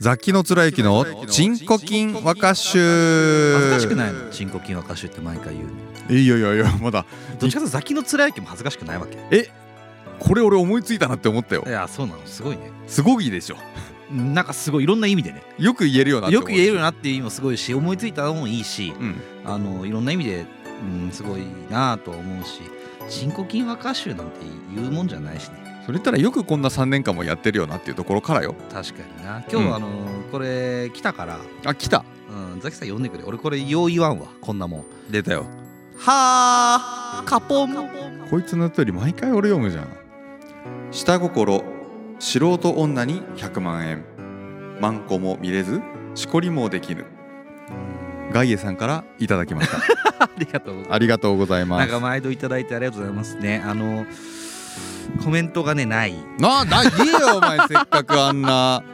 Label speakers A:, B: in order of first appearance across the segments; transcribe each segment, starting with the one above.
A: 雑記の貫之のチンコキン和歌集
B: 恥ずかしくないのチンコキン和歌集って毎回言うの
A: いやいやいやまだ
B: どっちかというとザキのつらいきも恥ずかしくないわけ
A: これ俺思いついたなって思ったよ
B: いやそうなのすごいね
A: すごいでしょ
B: なんかすごいいろんな意味でね
A: よく言えるよなって
B: よ
A: 思
B: く
A: う
B: 言えるよなっていう意味もすごいし思いついたのもいいし
A: うん
B: あのいろんな意味で、うん、すごいなぁとは思うし人工金和歌集なんて言うもんじゃないしね
A: それ言ったらよくこんな3年間もやってるよなっていうところからよ
B: 確かにな今日はあの、これ来たから、
A: あ来た
B: うん、ザキさん読んでくれ俺これよう言わんわこんなもんは
A: 出たよ
B: あカポン
A: こいつの通り毎回俺読むじゃん下心素人女に100万円マンコも見れずしこりもできぬガイエさんからいただきました
B: ありがとうございま
A: ありがとうござい
B: す
A: ま
B: な
A: す
B: んか毎度いただいてありがとうございますねあのコメントがねない
A: なんだ言えよお前せっかくあんな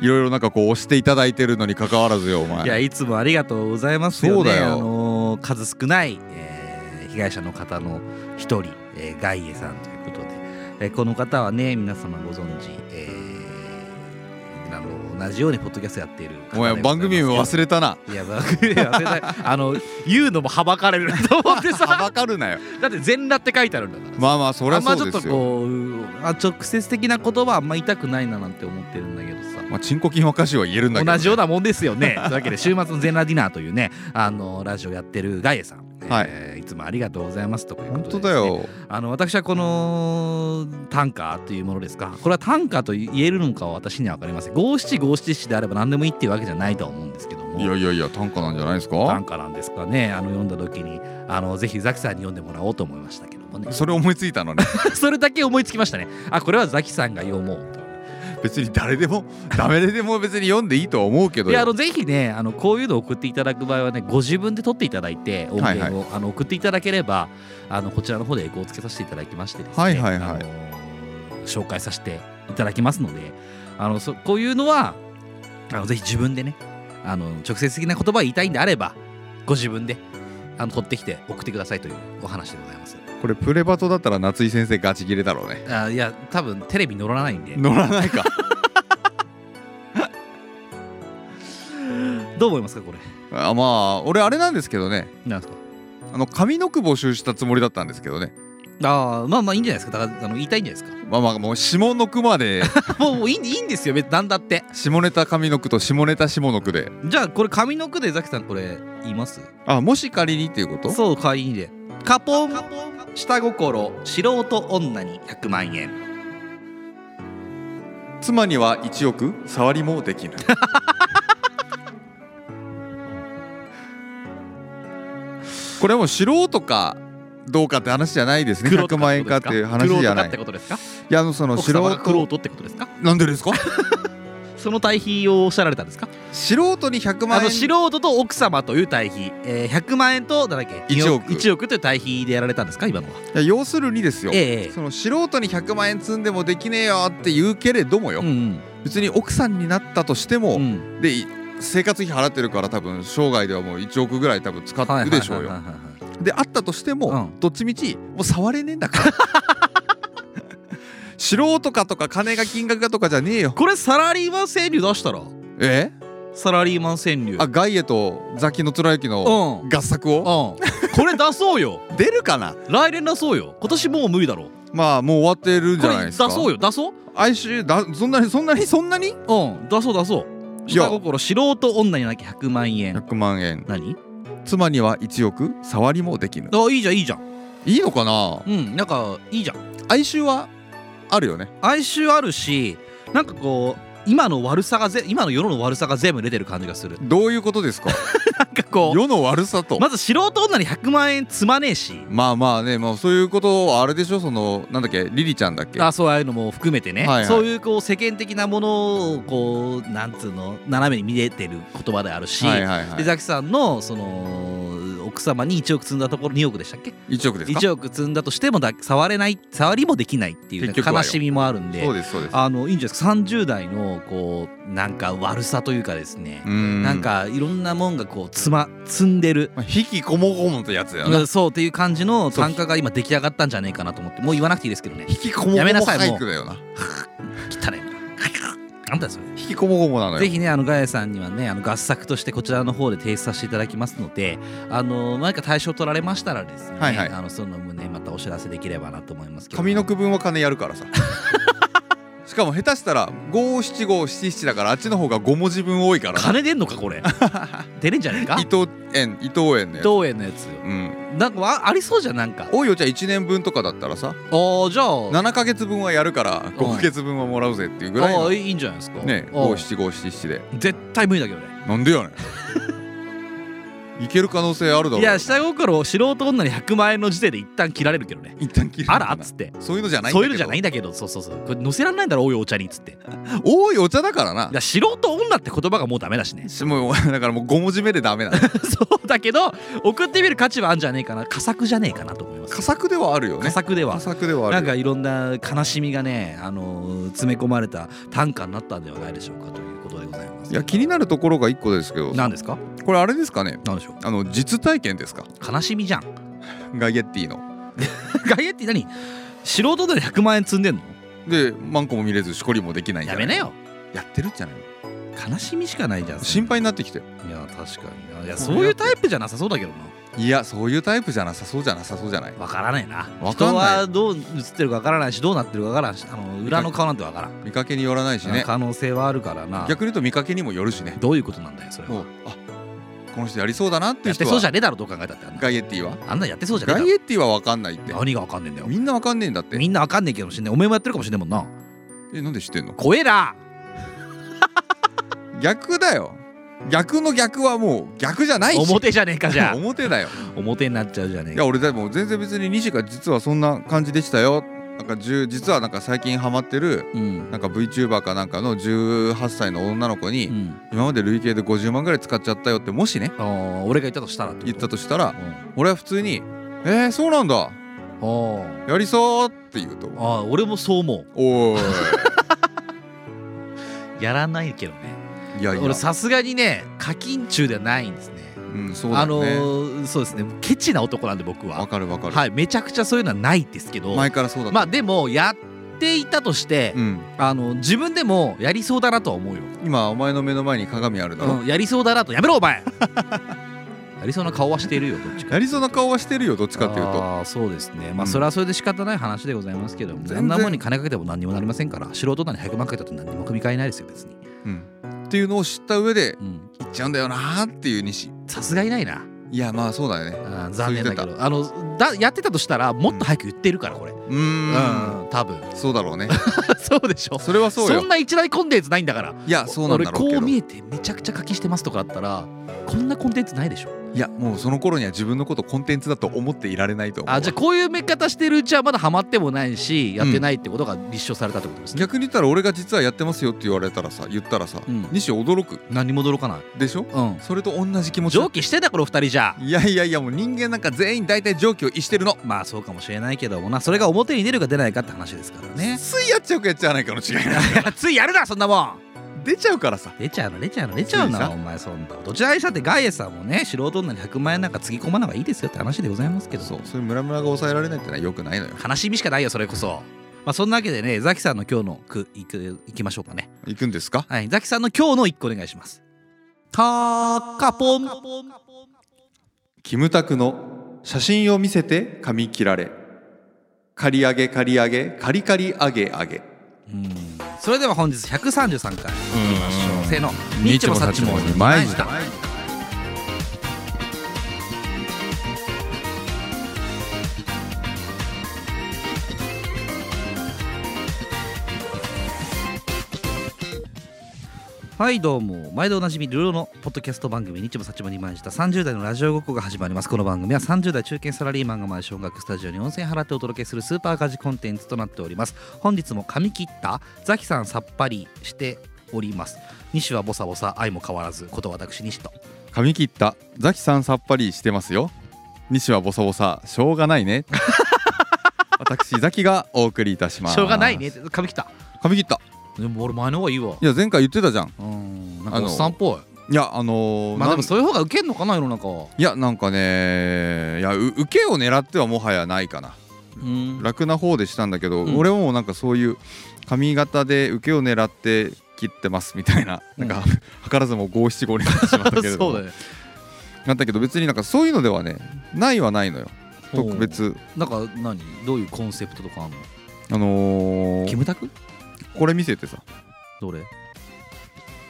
A: いろいろなんかこう押していただいてるのに関わらずよお前
B: いやいつもありがとうございますよね
A: そうだよ
B: あのー数少ない、えー被害者の方の一人、えーガイエさんということで、えーこの方はね皆様ご存知、えーあの同じようにポッドキャストやっている
A: お前番組名忘
B: れ
A: れたない
B: や番組名忘れない あの言うのもはばかれるなと思って
A: は
B: さ
A: ばかるなよ
B: だって全裸って書いてあるんだから
A: まあまあそり
B: あ
A: ゃ
B: んま
A: そ
B: ち
A: う
B: ょ
A: で
B: っと
A: すよ
B: こうあ直接的な言葉はあんま言いたくないななんて思ってるんだけどさ
A: まあチンコ金和歌集は言えるんだけどね、
B: 同じようなもんですよ ね。というわけで週末の全裸ディナーというねあのラジオやってるガイエさん、
A: はい
B: えーいつもありがとうございますということ
A: 本
B: で
A: 当
B: です
A: だ
B: ね
A: よ
B: あの私はこの短歌というものですかこれは短歌と言えるのかは私には分かりません五七五七七であれば何でもいいっていうわけじゃないとは思うんですけども
A: いやいやいや短歌なんじゃないです
B: 短
A: か
B: 歌なんですかねあの読んだ時にあのぜひザキさんに読んでもらおうと思いましたけどもね
A: それ思いついたのね
B: それだけ思いつきましたねあこれはザキさんが読もうと。
A: 別に誰でも誰でも別に読んでいいとは思うけど
B: いやあ
A: よ
B: のぜひねあのこういうのを送っていただく場合はねご自分で撮っていただいて音源を、
A: はいはい
B: あの送っていただければあのこちらの方でエコをつけさせていただきましてですね、
A: はいはいはい
B: あの紹介させていただきますのであのそこういうのはあのぜひ自分でねあの直接的な言葉を言いたいんであればご自分であの撮ってきて送ってくださいというお話でございます
A: これプレバトだったら夏井先生ガチ切れだろうね
B: あいや多分テレビ乗らないんで
A: 乗らないか
B: どう思いますかこれ
A: あまあ俺あれなんですけどね
B: なんですか
A: あの上の句募集したつもりだったんですけどね
B: あーまあまあいいんじゃないですかだからあの言いたいんじゃないですか
A: まあまあもう下の句まで
B: もうもういいんいいんですよ別に何だって
A: 下ネタ上の句と下ネタ下の句で
B: じゃあこれ上の句でザキさんこれ言います
A: あもし仮にっていうこと
B: そう会員でカポン下心素人女に100万円
A: 妻には1億触りもで きぬこれはもう素人かどうかって話じゃないですね100万円かっていう話じゃない
B: 黒とかってことですか
A: いやあのその
B: 奥
A: 素
B: 様が黒
A: 人
B: 人ってことですか
A: なんでです か
B: その対比をおっしゃられたんですか
A: 素人に100
B: あ
A: 万
B: の素
A: 円
B: 人と奥様という対比、えー、100万円と何だっけ
A: 1億
B: 1億という対比でやられたんですか今のはい
A: や要するにですよ、
B: ええ
A: その素人に100万円積んでもできねえよって言うけれどもよ、
B: うん
A: 別に奥さんになったとして
B: う
A: も、
B: ん
A: でい生活費払ってるから多分生涯ではもう1億ぐらい多分使ってるでしょうよ
B: はいはいはいはいはい
A: であったとしても、
B: うん
A: どっちみちもう触れねえんだ から素人かとか金が金額がとかじゃねえよ
B: これサラリーマン川柳出したら
A: え
B: サラリーマン川柳
A: あガイエとザキの貫之の
B: うん
A: 合作を
B: うん、これ出そうよ
A: 出るかな
B: 来年出そうよ今年もう無理だろ
A: まあもう終わってるんじ
B: こ
A: ゃな
B: れ
A: い
B: 出
A: ですか
B: そうよ出そう
A: 哀愁だそんなにそんなにそんなに
B: うん出そう出そう
A: いや
B: 下心素人女になきゃ100万円
A: 100万円
B: 何
A: 妻には1億触りもできぬ
B: あいいじゃんいいじゃん
A: いいのかな
B: うんなんかいいじゃん
A: 哀愁はあるよね
B: 哀愁あるしなんかこう今の悪さがぜ今の世の悪さが全部出てる感じがする
A: どういうこと ですか
B: なんかこう
A: 世の悪さと
B: まず素人女に100万円積まねえし
A: まあまあね、まあ、そういうことはあれでしょそのなんだっけリリちゃんだっけ
B: あそういうのも含めてね、
A: はいはい
B: そういうこう世間的なものをこうなんつうの斜めに見れてる言葉であるし、
A: はいはいは
B: でザキさんのその奥様に1億積んだところ2億でしたっけ
A: い、1億ですか
B: 1億積んだとしてもだ触れない触りもできないっていう、ね
A: 結、局はよ
B: 悲しみもあるんで
A: そうですそうです
B: あのいいんじゃないですか30代のこうなんか悪さというかですね、
A: な
B: なん、かいろんなもんがこうつま積んでる。
A: まあ、引きこもごもってやつだよ
B: う
A: な。
B: んそうっていう感じの単価が今出来上がったんじゃねえかなと思ってもう言わなくていいですけどね
A: 引きこもごも
B: やめなさいもう
A: 俳句だよな。
B: 汚いななんだそれ
A: 引きこもごもなのよ
B: ぜひねあのガヤさんにはねあの合作としてこちらの方で提出させていただきますのであの何か対象取られましたらですね、
A: はいはい
B: あのその旨またお知らせできればなと思いますけど
A: 上の句分は金やるから さしかも下手したら五七五七七だからあっちの方が5文字分多いからな
B: 金出んのか これ出れんじゃねえか
A: 伊藤園伊藤園のやつ
B: 東園のやつ
A: うん
B: なんかわありそうじゃんなんか
A: 多いよじゃあ1年分とかだったらさ
B: おあじゃあ
A: 7ヶ月分はやるから5ヶ月分はもらうぜっていうぐらい
B: あ
A: の
B: ーいいんじゃないですか
A: ね
B: あー
A: 五七五七七で
B: 絶対無理だけどね
A: なんでやねんいける可能性あるだろ
B: いや下心を素人女に100万円の時点で一旦切られるけどね
A: 一旦切る
B: あらっつって
A: そういうのじゃないんだ
B: そう
A: け
B: いう
A: ど
B: のじゃないんだけどそうそうそうこれ載せられないんだろおいお茶にっつってだか
A: 多いお茶だからな
B: ら素人女って言葉がもうダメだし ね
A: もうだからもう5文字目でダメなの
B: そうだけど送ってみる価値はあるんじゃねえかな佳作じゃねえかなと思います
A: 佳作ではあるよ
B: 佳
A: ね
B: 作で
A: 佳
B: は
A: 作ではある
B: なんかいろんな悲しみがね、あのー詰め込まれた短歌になったんではないでしょうかということでございます
A: いや気になるところが1個ですけど
B: 何ですか
A: これあれですかね
B: 何でしょ
A: あの実体験ですか
B: う悲しみじゃん
A: ガイエッティの
B: ガイエって何素人で100万円積んでんの
A: でマンコも見れずしこりもできないんじ
B: や
A: ゃな
B: め
A: い
B: なよ
A: やってるんじゃないの
B: 悲しみしかないじゃんそれ
A: 心配になってきて
B: いや確かにないやそういうタイプじゃなさそうだけどない
A: やそういうタイプじゃなさそうじゃなさそうじゃない
B: わからないな
A: わか
B: 人
A: んない
B: はどう映ってるかわからないしどうなってるかわからんしあの裏の顔なんてわからん
A: 見かけによらないしね
B: 可能性はあるからな
A: 逆に言うと見かけにもよるしね
B: どういうことなんだよそれ
A: も
B: は
A: うあこの人やりそうだなってい
B: や
A: う
B: っ
A: 人
B: てそう
A: は
B: じゃねえだろどう考えたってあんな
A: ガイエッティは
B: あんなんやってそうじゃねえ
A: ガ
B: だ
A: イ
B: ろ
A: エッティは分かんないって
B: 何がわかんねえんだよ
A: みんな分かんねえんだって
B: みんなわかんねえけどもしんないお前もやってるかもしんないもんな
A: えなんで知ってんの
B: 怖えな
A: 逆だよ逆の逆はもう逆じゃないし
B: 表じゃねえかじゃ あ
A: 表だよ
B: 表になっちゃうじゃねえ
A: い
B: か
A: や俺でも全然別に西が実はそんな感じでしたよなんか10実はなんか最近ハマってる
B: うん
A: なんか VTuber かなんかの18歳の女の子に、
B: うん
A: 今まで累計で50万ぐらい使っちゃったよってもしね
B: あー俺が言ったとしたら
A: 言った
B: と
A: としたら
B: うん
A: 俺は普通に「えー、そうなんだ
B: あー
A: やりそう」って言うと
B: あー俺もそう思
A: 「おー
B: うやらないけどね
A: いいやいや
B: 俺、さすがにね課金中ではないんですね
A: うん、そうだ
B: あ
A: よ
B: の
A: ね
B: ーそうですねケチな男なんで僕
A: わ
B: は
A: かるわかる、
B: はいめちゃくちゃそういうのはないですけど
A: 前からそうだった、
B: まあでもやっていたとして、
A: うん、
B: あの自分でもやりそうだなとは思うよ、
A: 今お前の目の前に鏡あるだろ、
B: うん、やりそうだなとやめろお前 やりそうな顔はしているよどっちか
A: やりそうな顔はしてるよどっちかっていうと
B: あーそうですねまあ
A: うん
B: それはそれで仕方ない話でございますけども、
A: 全然
B: あんなもんに金かけても何にもなりませんから素人なり100万かけたって何にも組み替えないですよ別に
A: うん、っていうのを知った上で
B: うん
A: 行っちゃうんだよなーっていう西
B: さすがにないない
A: やまあそうだよね
B: あー残念だけどあのだやってたとしたらもっと早く言ってるからこれ
A: うーん
B: うん多分
A: そうだろうね
B: そうでしょ
A: それはそうよ
B: んな一大コンテンツないんだから
A: いやそうなんだろう
B: 俺
A: け
B: こ
A: ど
B: う見
A: い
B: えてめちゃくちゃ課金してますとかあったらこんなコンテンツないでしょ
A: やもうその頃には自分のことコンテンツだと思っていられないと思う
B: あじゃあこういう見方してるうちはまだハマってもないしやってないってことが立証されたってことですね、
A: 逆に言ったら俺が実はやってますよって言われたらさ言ったらさ、
B: うん
A: 西驚く
B: 何も驚かない
A: でしょ
B: う
A: それと同じ気持
B: ん
A: ち
B: 上記してたこの二人じゃ
A: いやいやいやもう人間なんか全員大体常軌を逸してるの
B: まあそうかもしれないけどもなそれが表に出るか出ないかって話ですからね
A: ついやっちゃうかやっちゃわないかの違いな
B: ついやるなそんなもん
A: 出ちゃうからさ
B: 出ちゃうの出ちゃうの出ちゃう
A: つい
B: な
A: さ
B: お前そんなどちらにしたってガイエさんもね素人女に100万円なんかつぎ込まない方がいいですよって話でございますけど
A: そうそういうムラムラが抑えられないってのはよくないのよ
B: 悲しみしかないよそれこそ、まあ、そんなわけでね江崎さんの今日の句いくいきましょうかね
A: 行くんですか
B: はい江崎さんの今日の一個お願いしますたかぽん
A: キムタクの写真を見せて髪切られ刈り上げ刈り上げカリカリ上げ上げ
B: うんそれでは本日133回いきましょうせーの「
A: ニ
B: ニ
A: ッチ
B: ッチ
A: も
B: も
A: サ
B: サ
A: ッ
B: ッ
A: チ
B: チ
A: も
B: も
A: 二枚
B: 毎
A: 舌
B: 日だ」はいどうも毎度おなじみルロのポッドキャスト番組「日もさちもにまいじた30代のラジオごっこ」が始まりますこの番組は30代中堅サラリーマンが毎週音楽スタジオに温泉払ってお届けするスーパーガジコンテンツとなっております本日も髪切ったザキさんさっぱりしております西はボサボサ愛も変わらずこと私西と
A: 髪切ったザキさんさっぱりしてますよ西はボサボサしょうがないね 私ザキがお送りいたします
B: しょうがないねって髪切った
A: 髪切った
B: でも俺前の方がいいわ
A: いや前回言ってたじゃん
B: うんなん
A: あ
B: かお
A: の
B: っさんっぽ
A: いやあの
B: い
A: ー
B: まあで
A: な
B: も
A: ん
B: そういう方がウケんのかな世の中は
A: やなんかねいやう受けを狙ってはもはやないかな
B: うん
A: 楽な方でしたんだけど、
B: うん
A: 俺もなんかそういう髪型で受けを狙って切ってますみたいななんか、
B: うん
A: 図らずも五七五になってしまったけれど
B: そ
A: も
B: うだね
A: なったけど別になんかそういうのではねないはないのよ特別
B: なんか何どういうコンセプトとかあんの
A: あの
B: キ
A: ー、
B: ムタク
A: これ見せてさ
B: どれ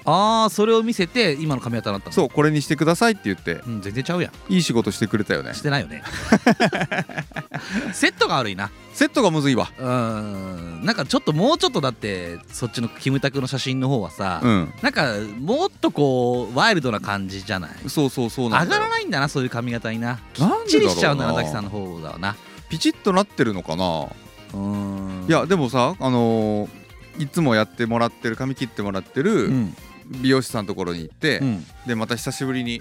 B: ああそれを見せて今の髪型になったの
A: そうこれにしてくださいって言って
B: うん、全然ちゃうやん
A: いい仕事してくれたよね
B: してないよね セットが悪いな
A: セットがむずいわ
B: うーんなんかちょっともうちょっとだってそっちのキムタクの写真の方はさ、
A: うん
B: なんかもっとこうワイルドな感じじゃない
A: そうそうそう
B: 上
A: な
B: が
A: んだよ
B: らないんだなそういう髪型になき
A: なん
B: っちりしちゃうの
A: でだろうな
B: が崎さんの方だわな
A: ピチッとなってるのかな
B: うーん
A: いやでもさあのーいつもやってもらってる髪切ってもらって
B: う
A: る
B: ん
A: 美容師さんのところに行って、
B: うん
A: でまた久しぶりに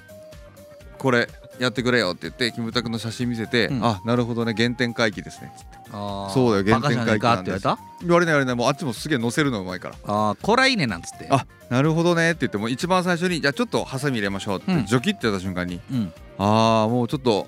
A: 「これやってくれよ」って言ってキムタクの写真見せて「
B: うん
A: あなるほどね原点回帰ですね
B: あー
A: そうだよ原
B: バカじゃねえかって言われた」
A: 言われない言われないもうあっちもすげえ載せるのうまいから
B: ああこらいいねなんつって
A: 「あなるほどね」って言ってもう一番最初に「じゃあちょっとハサミ入れましょう」って
B: うん
A: ジョキってやった瞬間に
B: うん、
A: 「ああもうちょっと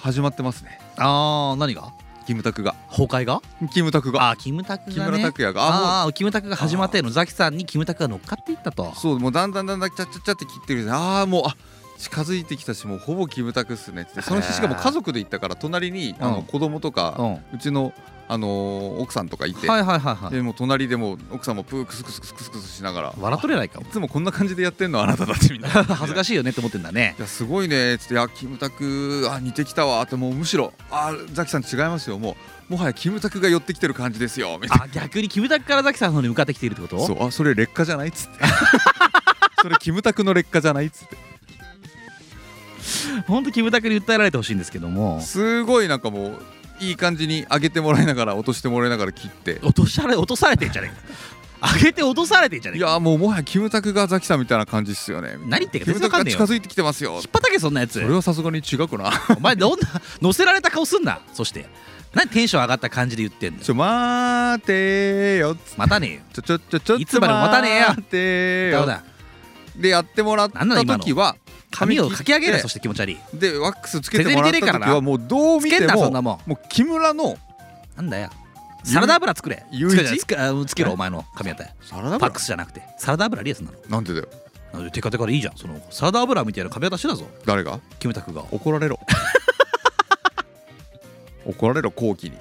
A: 始まってますね
B: あー何が
A: キムタクが
B: 崩壊が
A: キムタクが
B: あーキムタク
A: 木
B: が
A: 村
B: ね
A: 拓哉があもう
B: ああーキムタクが始まってのザキさんにキムタクが乗っかっていったと
A: そうもうだんだんだんだんちゃっちゃっちゃって切ってるんですああもうあ近づいてきたしもうほぼキムタクっすねってその
B: へ
A: 日
B: ー
A: しかも家族で行ったから隣にあ
B: う
A: の
B: ん
A: 子供と
B: うん
A: か
B: は
A: うちのあのー奥さんとかいて
B: いはいはいはい
A: でもう隣でもう奥さんもプークスクスクスクスクスしながら
B: 笑っとれないか
A: あ
B: も
A: いつもこんな感じでやってんのあなたたちみたいな
B: 恥ずかしいよねって思ってんだね
A: いやすごいねっつって「いやキムタクあ似てきたわ」ってもうむしろ「あーザキさん違いますよもうもはやキムタクが寄ってきてる感じですよ」みたい
B: あ逆にキムタクからザキさんの方に向かってきているってこと
A: なそうあそれ劣化じゃないっ つってそれキムタクの劣化じゃないっつって
B: 本当キムタクに訴えられてほしいんですけども
A: すごいなんかもういい感じに上げてもらいながら落としてもらいながら切って
B: 落とされ落とされてんじゃねえ か上げて落とされてんじゃね
A: い
B: えか
A: やもうもはやキムタクがザキさんみたいな感じっすよね
B: 何言って
A: キ
B: んか
A: ム
B: 全然
A: タ
B: わか
A: クが
B: んねえ
A: 近
B: よ
A: づいてきてますよ
B: 引っ張ったけそんなやつ
A: それはさすがに違くな
B: お前どんな乗せられた顔すんなそして何テンション上がった感じで言ってんだ よ
A: ちょ待てーよ
B: またねえよ
A: ちょちょちょちょ
B: いつまでも待たねえよ
A: 待てー
B: どう
A: よ
B: だ
A: でやってもらった
B: なんなの今の
A: 時は
B: 髪を
A: 切っ
B: か
A: て
B: き上げるそして気持ち悪い
A: でワックスつけてもらった時
B: 全然出ねえから
A: は
B: な
A: もうどう
B: つ
A: 見
B: け
A: て
B: んなそんな
A: も
B: もん
A: もう木村の
B: なんだよサラダ油作れ
A: ゆ
B: つ
A: う
B: け
A: い
B: じゃない
A: ち
B: つけあつけろお前の髪型
A: サラダ
B: パ
A: 油
B: ックスじゃなくてサラダ油リアスなの
A: なんでだよ
B: あのテカテカでいいじゃんそのサラダ油みたいな髪型してたぞ
A: 誰が
B: キムタクが
A: 怒られ ろ怒られろ後期に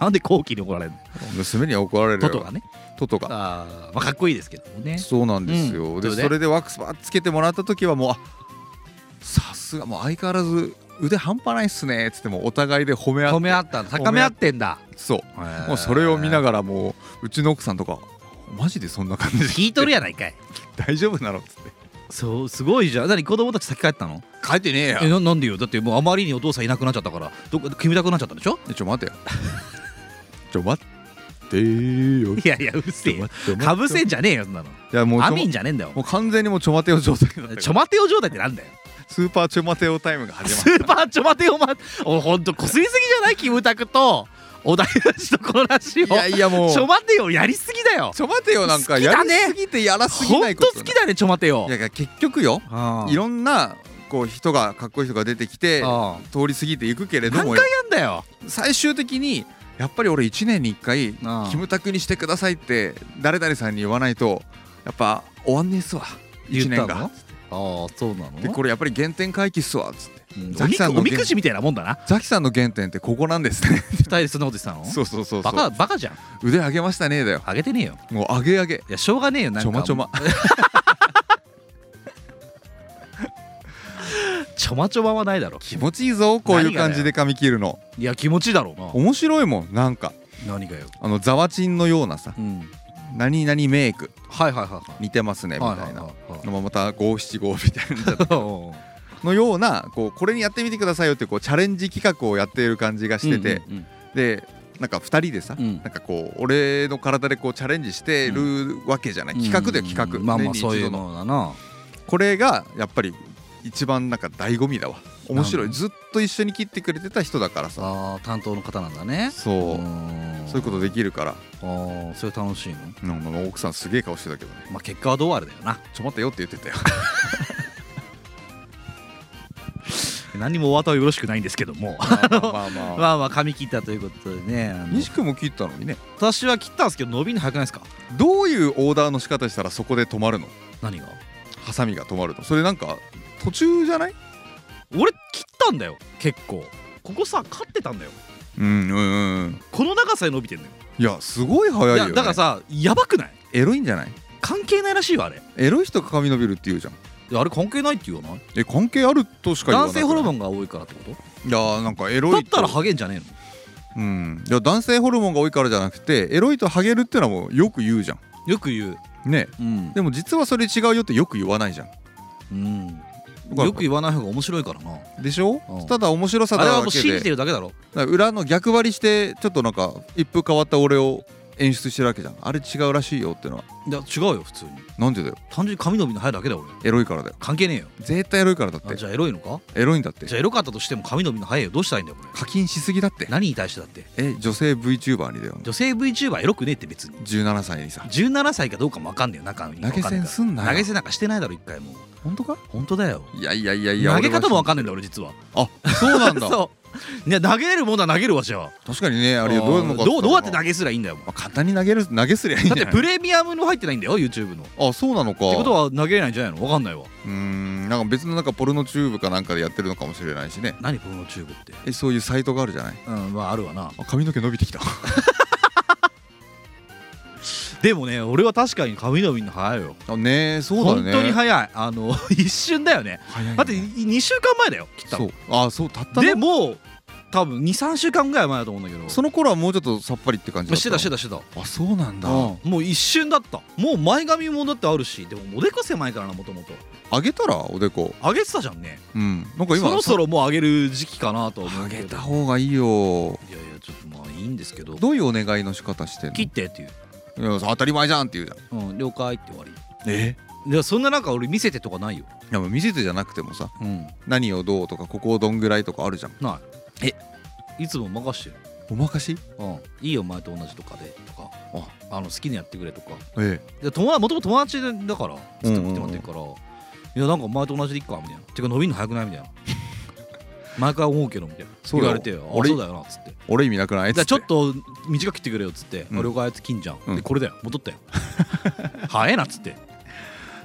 B: なんで後期に怒られるの
A: 娘には怒られる
B: ト
A: よ
B: トがね
A: トトが
B: あーまあかっこいいですけどもね
A: そうなんですよ、
B: うん
A: で
B: それで
A: それでワックスバーッつけてもらった時はもうあさすがもう相変わらず腕半端ないっすねっつってもうお互いで褒め合
B: 褒
A: って
B: め合ったんだ高め合ってんだ
A: そうも
B: も
A: うそれを見な
B: が
A: がらもううちの奥さんとかマジでそんな感じで
B: 聞いとるやないかい
A: 大丈夫なのっつって
B: そうすごいじゃん何子供たち先帰ったの
A: 書いてねえ
B: えななんでよだってもうあまりにお父さんいなくなっちゃったからどっかキムタクになっちゃったでしょ
A: えちょ待てよ ちょ待ってーよ
B: いやいやうっせえよ
A: ちょ待って
B: かぶせんじゃねえよそんなの
A: いやもうちょ
B: アミンじゃねえんだよ
A: もう完全にもうちょ待てよ状態だったから
B: ちょ待てよ状態ってなんだよ
A: スーパーちょ待てよタイムが始ま
B: スーパーちょ待てよまおほんとこすりすぎじゃないキムタクとお題出しとこのラジオ
A: るいやいやもう
B: ちょ待てよやりすぎだよ
A: ちょ待てよなんか
B: 好き
A: や
B: だ
A: り
B: ね
A: すぎてやらすぎ
B: ほ
A: なんい
B: と
A: こと
B: 好きだねちょ待てよ
A: いやいや結局よいろんなこう人がかっこいい人が出てきて
B: 何
A: 通り過ぎていくけれど
B: 回
A: も
B: や
A: よ
B: んだよ
A: 最終的にやっぱり俺1年に1回
B: ああ
A: キムタクにしてくださいって誰々さんに言わないとやっぱ終わんねえっすわ1年
B: 言ったの
A: が
B: ああそうな
A: で
B: の
A: これやっぱり原点回帰っすわっつって
B: うん
A: ザキさんの
B: おみくおみくじみたいなもんだな
A: ザキさんの原点ってここなんですね
B: 二人でそんなこと言ってた の
A: そうそうそうそ
B: バ
A: う
B: カバカじゃん
A: 腕上げましたねだよ
B: あげてねえよ
A: もう上げ上げ
B: いやしょうがねえよなん
A: ち
B: か
A: ょまちょま
B: ちょまちょまはないだろ
A: 気持ちいいぞこういう感じで髪切るの
B: いや気持ちいいだろう
A: 面白いもんなんか
B: な何がよ
A: あのザワチンのようなさ
B: うん
A: 何々メイク
B: はいはいはいはい
A: 似てますねみたいな、
B: はいはいはい
A: のままた五七五みたいな
B: は
A: のようなこうこれにやってみてくださいよってこうチャレンジ企画をやっている感じが
B: い
A: してて、
B: うんうん
A: でなんか2人でさ、
B: うん
A: なんかこう俺の体でこうチャレンジしてるわけじゃない、
B: うん
A: 企画だよ企画、
B: まあま
A: 年
B: あ
A: に一
B: そういう
A: 度の
B: のだな
A: これがやっぱり一番なんか醍醐味だわ面白い
B: なる
A: ずっと一緒に切ってくれてた人だからさ
B: あー担当の方なんだね
A: そう、
B: ん
A: そういうことできるから
B: あーそれ楽しいの
A: なんか奥さんすげえ顔してたけどね
B: まあ結果はどうあれだよな
A: ちょ待ってよって言ってたよ
C: 何もお後はよろしくないんですけども
A: まあまあまあ
C: まあまあ髪切ったということでねあの
A: 西君も切ったのにね
C: 私は切ったんですけど伸びるの早くないですか
A: どういうオーダーの仕方したらそこで止まるの
C: 何が
A: ハサミが止まるのそれなんか途中じゃない
C: 俺切ったんだよ結構ここさ勝ってたんだよ
A: うんうんうん
C: この長さで伸びてんのよ
A: いやすごい早いよ、ね、
C: いやだからさやばくない
A: エロいんじゃない
C: 関係ないらしいわあれ
A: エロい人が髪伸びるって言うじゃん
C: いやあれ関係ないって言わない
A: え関係あるとしか言わな
C: 男
A: い
C: 性ホルモ
A: ン
C: ンが多いからってこと
A: いやーなんかエロい
C: だっ
A: と
C: たらハゲんじゃねえの
A: うんいや男性ホルモンが多いからじゃなくてエロいとハゲるってのはもうよく言うじゃ
C: よく言う、
A: んね
C: うん
A: でも実はそれ違うよってよく言わないじゃ
C: うん、
A: ん
C: よく言わない方が面白いからな
A: でしょ、
C: うん
A: ただ面白さ
C: あ
A: だ
C: れは
A: ら
C: もう
A: け
C: 信
A: で
C: じてるだけだろ
A: だから裏の逆張りしてちょっとなんか一風変わった俺を演出してるわけじゃんあれ違うらしいよってのはい
C: や違うよ普通に
A: なんでだよ
C: 単純に髪伸びるの早いだけだよ俺
A: エロいからだよ
C: 関係ねえよ
A: 絶対エロいからだっ
C: あ
A: て
C: じゃあエロいのか
A: エロいんだって
C: じゃあエロかったとしても髪伸びるの早いよどうしたらいいんだよこれ
A: 課金しすぎだって
C: 何に対してだって
A: え女性 VTuber にだよ
C: 女性 VTuber エロくねえって別に
A: 17歳にさ
C: 17歳かどうかも分かんねえよ中身
A: 投げ銭すんなよ
C: 投げ銭なんかしてないだろ一回も
A: 本当か
C: 本当だよ
A: いやいやいやいや
C: 投げ方も分かんねえ
A: い
C: んだ俺実は
A: あそうなんだ
C: そういや投げれるものは投げるわしは
A: 確かにねあれどうやるのか
C: どうどうやって投
A: ま
C: げすりゃいいんだよもう
A: あ簡単に投げる投げすりゃいいんじ
C: だ
A: ゃ
C: っ
A: ない
C: てプレミアムの入ってないんだよ YouTube のって
A: あそうなのか
C: ことは投げれないんじゃないの分かんないわ
A: うーんなんか別のなんかポルノチューブかなんかでやってるのかもしれないしね
C: 何このチューブって
A: えそういうサイトがあるじゃない
C: うんまああるわな
A: あ髪の毛伸びてきた
C: でもね俺は確かに髪伸びるの早いよ
A: あねえそうだよ
C: 本
A: ね
C: 当に早いあの 一瞬だよね
A: 早いよね
C: だって2週間前だよ切った
A: そ
C: の
A: うあそうたったの
C: でもう多分23週間ぐらい前だと思うんだけど
A: その頃はもうちょっとさっぱりって感じだった
C: してたして
A: た
C: たしてた
A: あそうなんだ
C: うんもう一瞬だったもう前髪もだってあるしでもおでこ狭いからなもともと
A: あげたらおでこ
C: 上げてたじゃんね
A: うんなんか
C: そ
A: 今
C: ろそろもう上げる時期かなとは思
A: あ
C: うけ
A: げ
C: ど
A: た方がいいよ
C: いやいやちょっとまあいいんですけど
A: どういうお願いの仕方してん
C: 切ってっていう、
A: のいや当たり前じゃんって言うじ
C: うん、了解って終わり
A: ゃんえ
C: いやそんななんか俺見せてとかないよ
A: いやもう見せてじゃなくてもさ
C: うん
A: 何をどうとかここをどんぐらいとかあるじゃん
C: ないえいつも任してる
A: おまかし
C: うんいいよお前と同じとかでとか
A: あ
C: あの好きにやってくれとか
A: え
C: で友達もともと友達だからずっと見てもらってるから、いやなんかお前と同じでいっかみたいなてか伸びんの早くないみたいな 毎回思うけどみたいな
A: そう
C: 言
A: だ
C: わ
A: よ
C: れてあ
A: 俺
C: そうだよなっつって
A: 俺意味なくない
C: じゃあちょっ
A: と
C: と短く切ってくれよっつって、
A: うん
C: 俺があいつ切んじゃん、
A: うん
C: でこれだよ戻ったよ 早えなっつって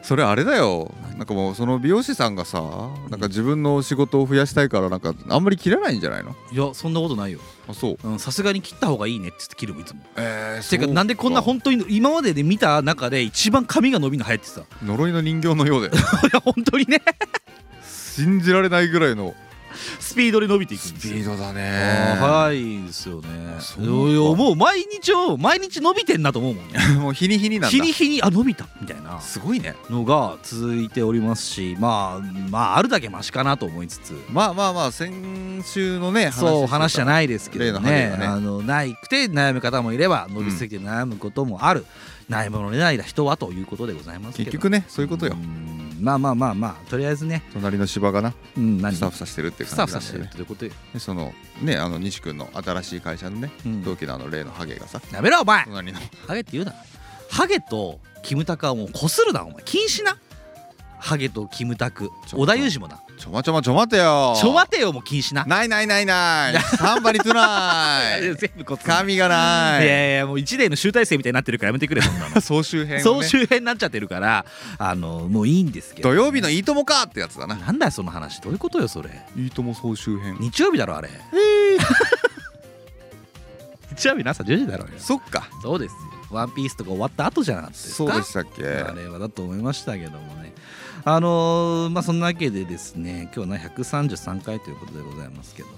A: それあれだよなんかもうその美容師さんがさなんか自分の仕事を増やしたいからなんかあんまり切らないんじゃないの
C: いやそんなことないよ
A: あそう
C: うんさすがに切った方がいいねっつって切るもんいつも
A: えー
C: てかなんでこんな
A: そう
C: 本当に今までで見た中で一番髪が伸びるの早いってさい
A: 呪いの人形のようで
C: や本当にね
A: 信じられないぐらいの
C: スピードで伸びていくん
A: ス
C: です
A: ピ
C: よ
A: ードだ
C: あ
A: ね
C: ー早いんですよね
A: そうか
C: もう毎日を毎日伸びてんなと思うもんね
A: もう日に日になんだ
C: 日に日にあ伸びたみたいな
A: すごいね
C: のが続いておりますしまあまああるだけマシかなと思いつつ
A: まあまあまあ先週のね
C: そう話じゃ
A: い
C: ないですけ
A: 例
C: ど
A: の針
C: ね
A: がね
C: あのないくて悩む方もいれば伸びすぎて悩むこともある、悩むのれないだ人はということでございますけ
A: 結
C: ど
A: 局ねそういうことよ
C: んまあまあまあまあとりあえずね、
A: 隣の芝がな
C: うん、何
A: ふさふさしてるっていう
C: ふ
A: 感
C: さふ
A: じな
C: さ
A: んだ
C: し
A: よ
C: てる
A: ね
C: ってことよ、
A: でそのねあの西君の新しい会社のね
C: うん
A: 同期のあの例のハゲがさ
C: やめろお前
A: 隣の
C: ハゲって言うなハゲとキムタクはもうこするなお前禁止なハゲとキムタク
A: ちょっと
C: 織田裕二もな
A: ちょまちょまちょ待てよ
C: ちょ待てよもう禁止な
A: ないないないないサンバリトゥナイ
C: 全部こする
A: 髪が
C: い
A: な
C: や
A: い
C: いやいやもう一年の集大成みたいになってるからやめてくれそんなの
A: 総集編を
C: 総
A: ね
C: 集編になっちゃってるからあのもういいんですけど
A: 土曜日のいいともかってやつだな
C: なんだよその話どういうことよそれ
A: いいとも総集編
C: 日曜日だろあれ 日曜日の朝10時だろうよ
A: そっか
C: そうですよワンピースとか終わった後じゃなかったですか
A: そうでしたっけ
C: あれはだと思いましたけどもねあのーまあそんなわけでですね今日はね133回ということでございますけど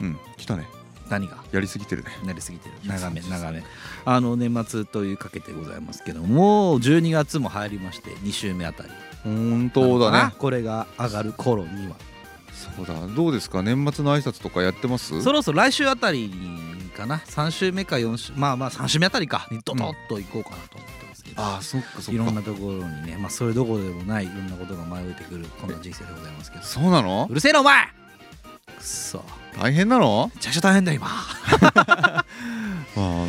A: うん来たね
C: 何が
A: やりすぎてるね
C: なりすぎてる
A: 長
C: 長
A: め
C: め長めあの年末というかけてございますけども12月も入りまして2週目あたり
A: 本当だ
C: あ
A: ね
C: これが上がる頃には
A: そうだどうですか年末の挨拶とかやってます
C: そろそろ来週あたりかな3週目か4週まあまあ3週目あたりかにドドッと行こうかなと思ってますけど、
A: ああそっかそ
C: いろ
A: っ
C: ん
A: か
C: なところにねまあそれどころでもないいろんなことが迷えてくるこんな人生でございますけど
A: そうなの
C: うるせえなお前くっそめ
A: 大変なの
C: ちゃくちゃ大変だよ今
A: まあまあ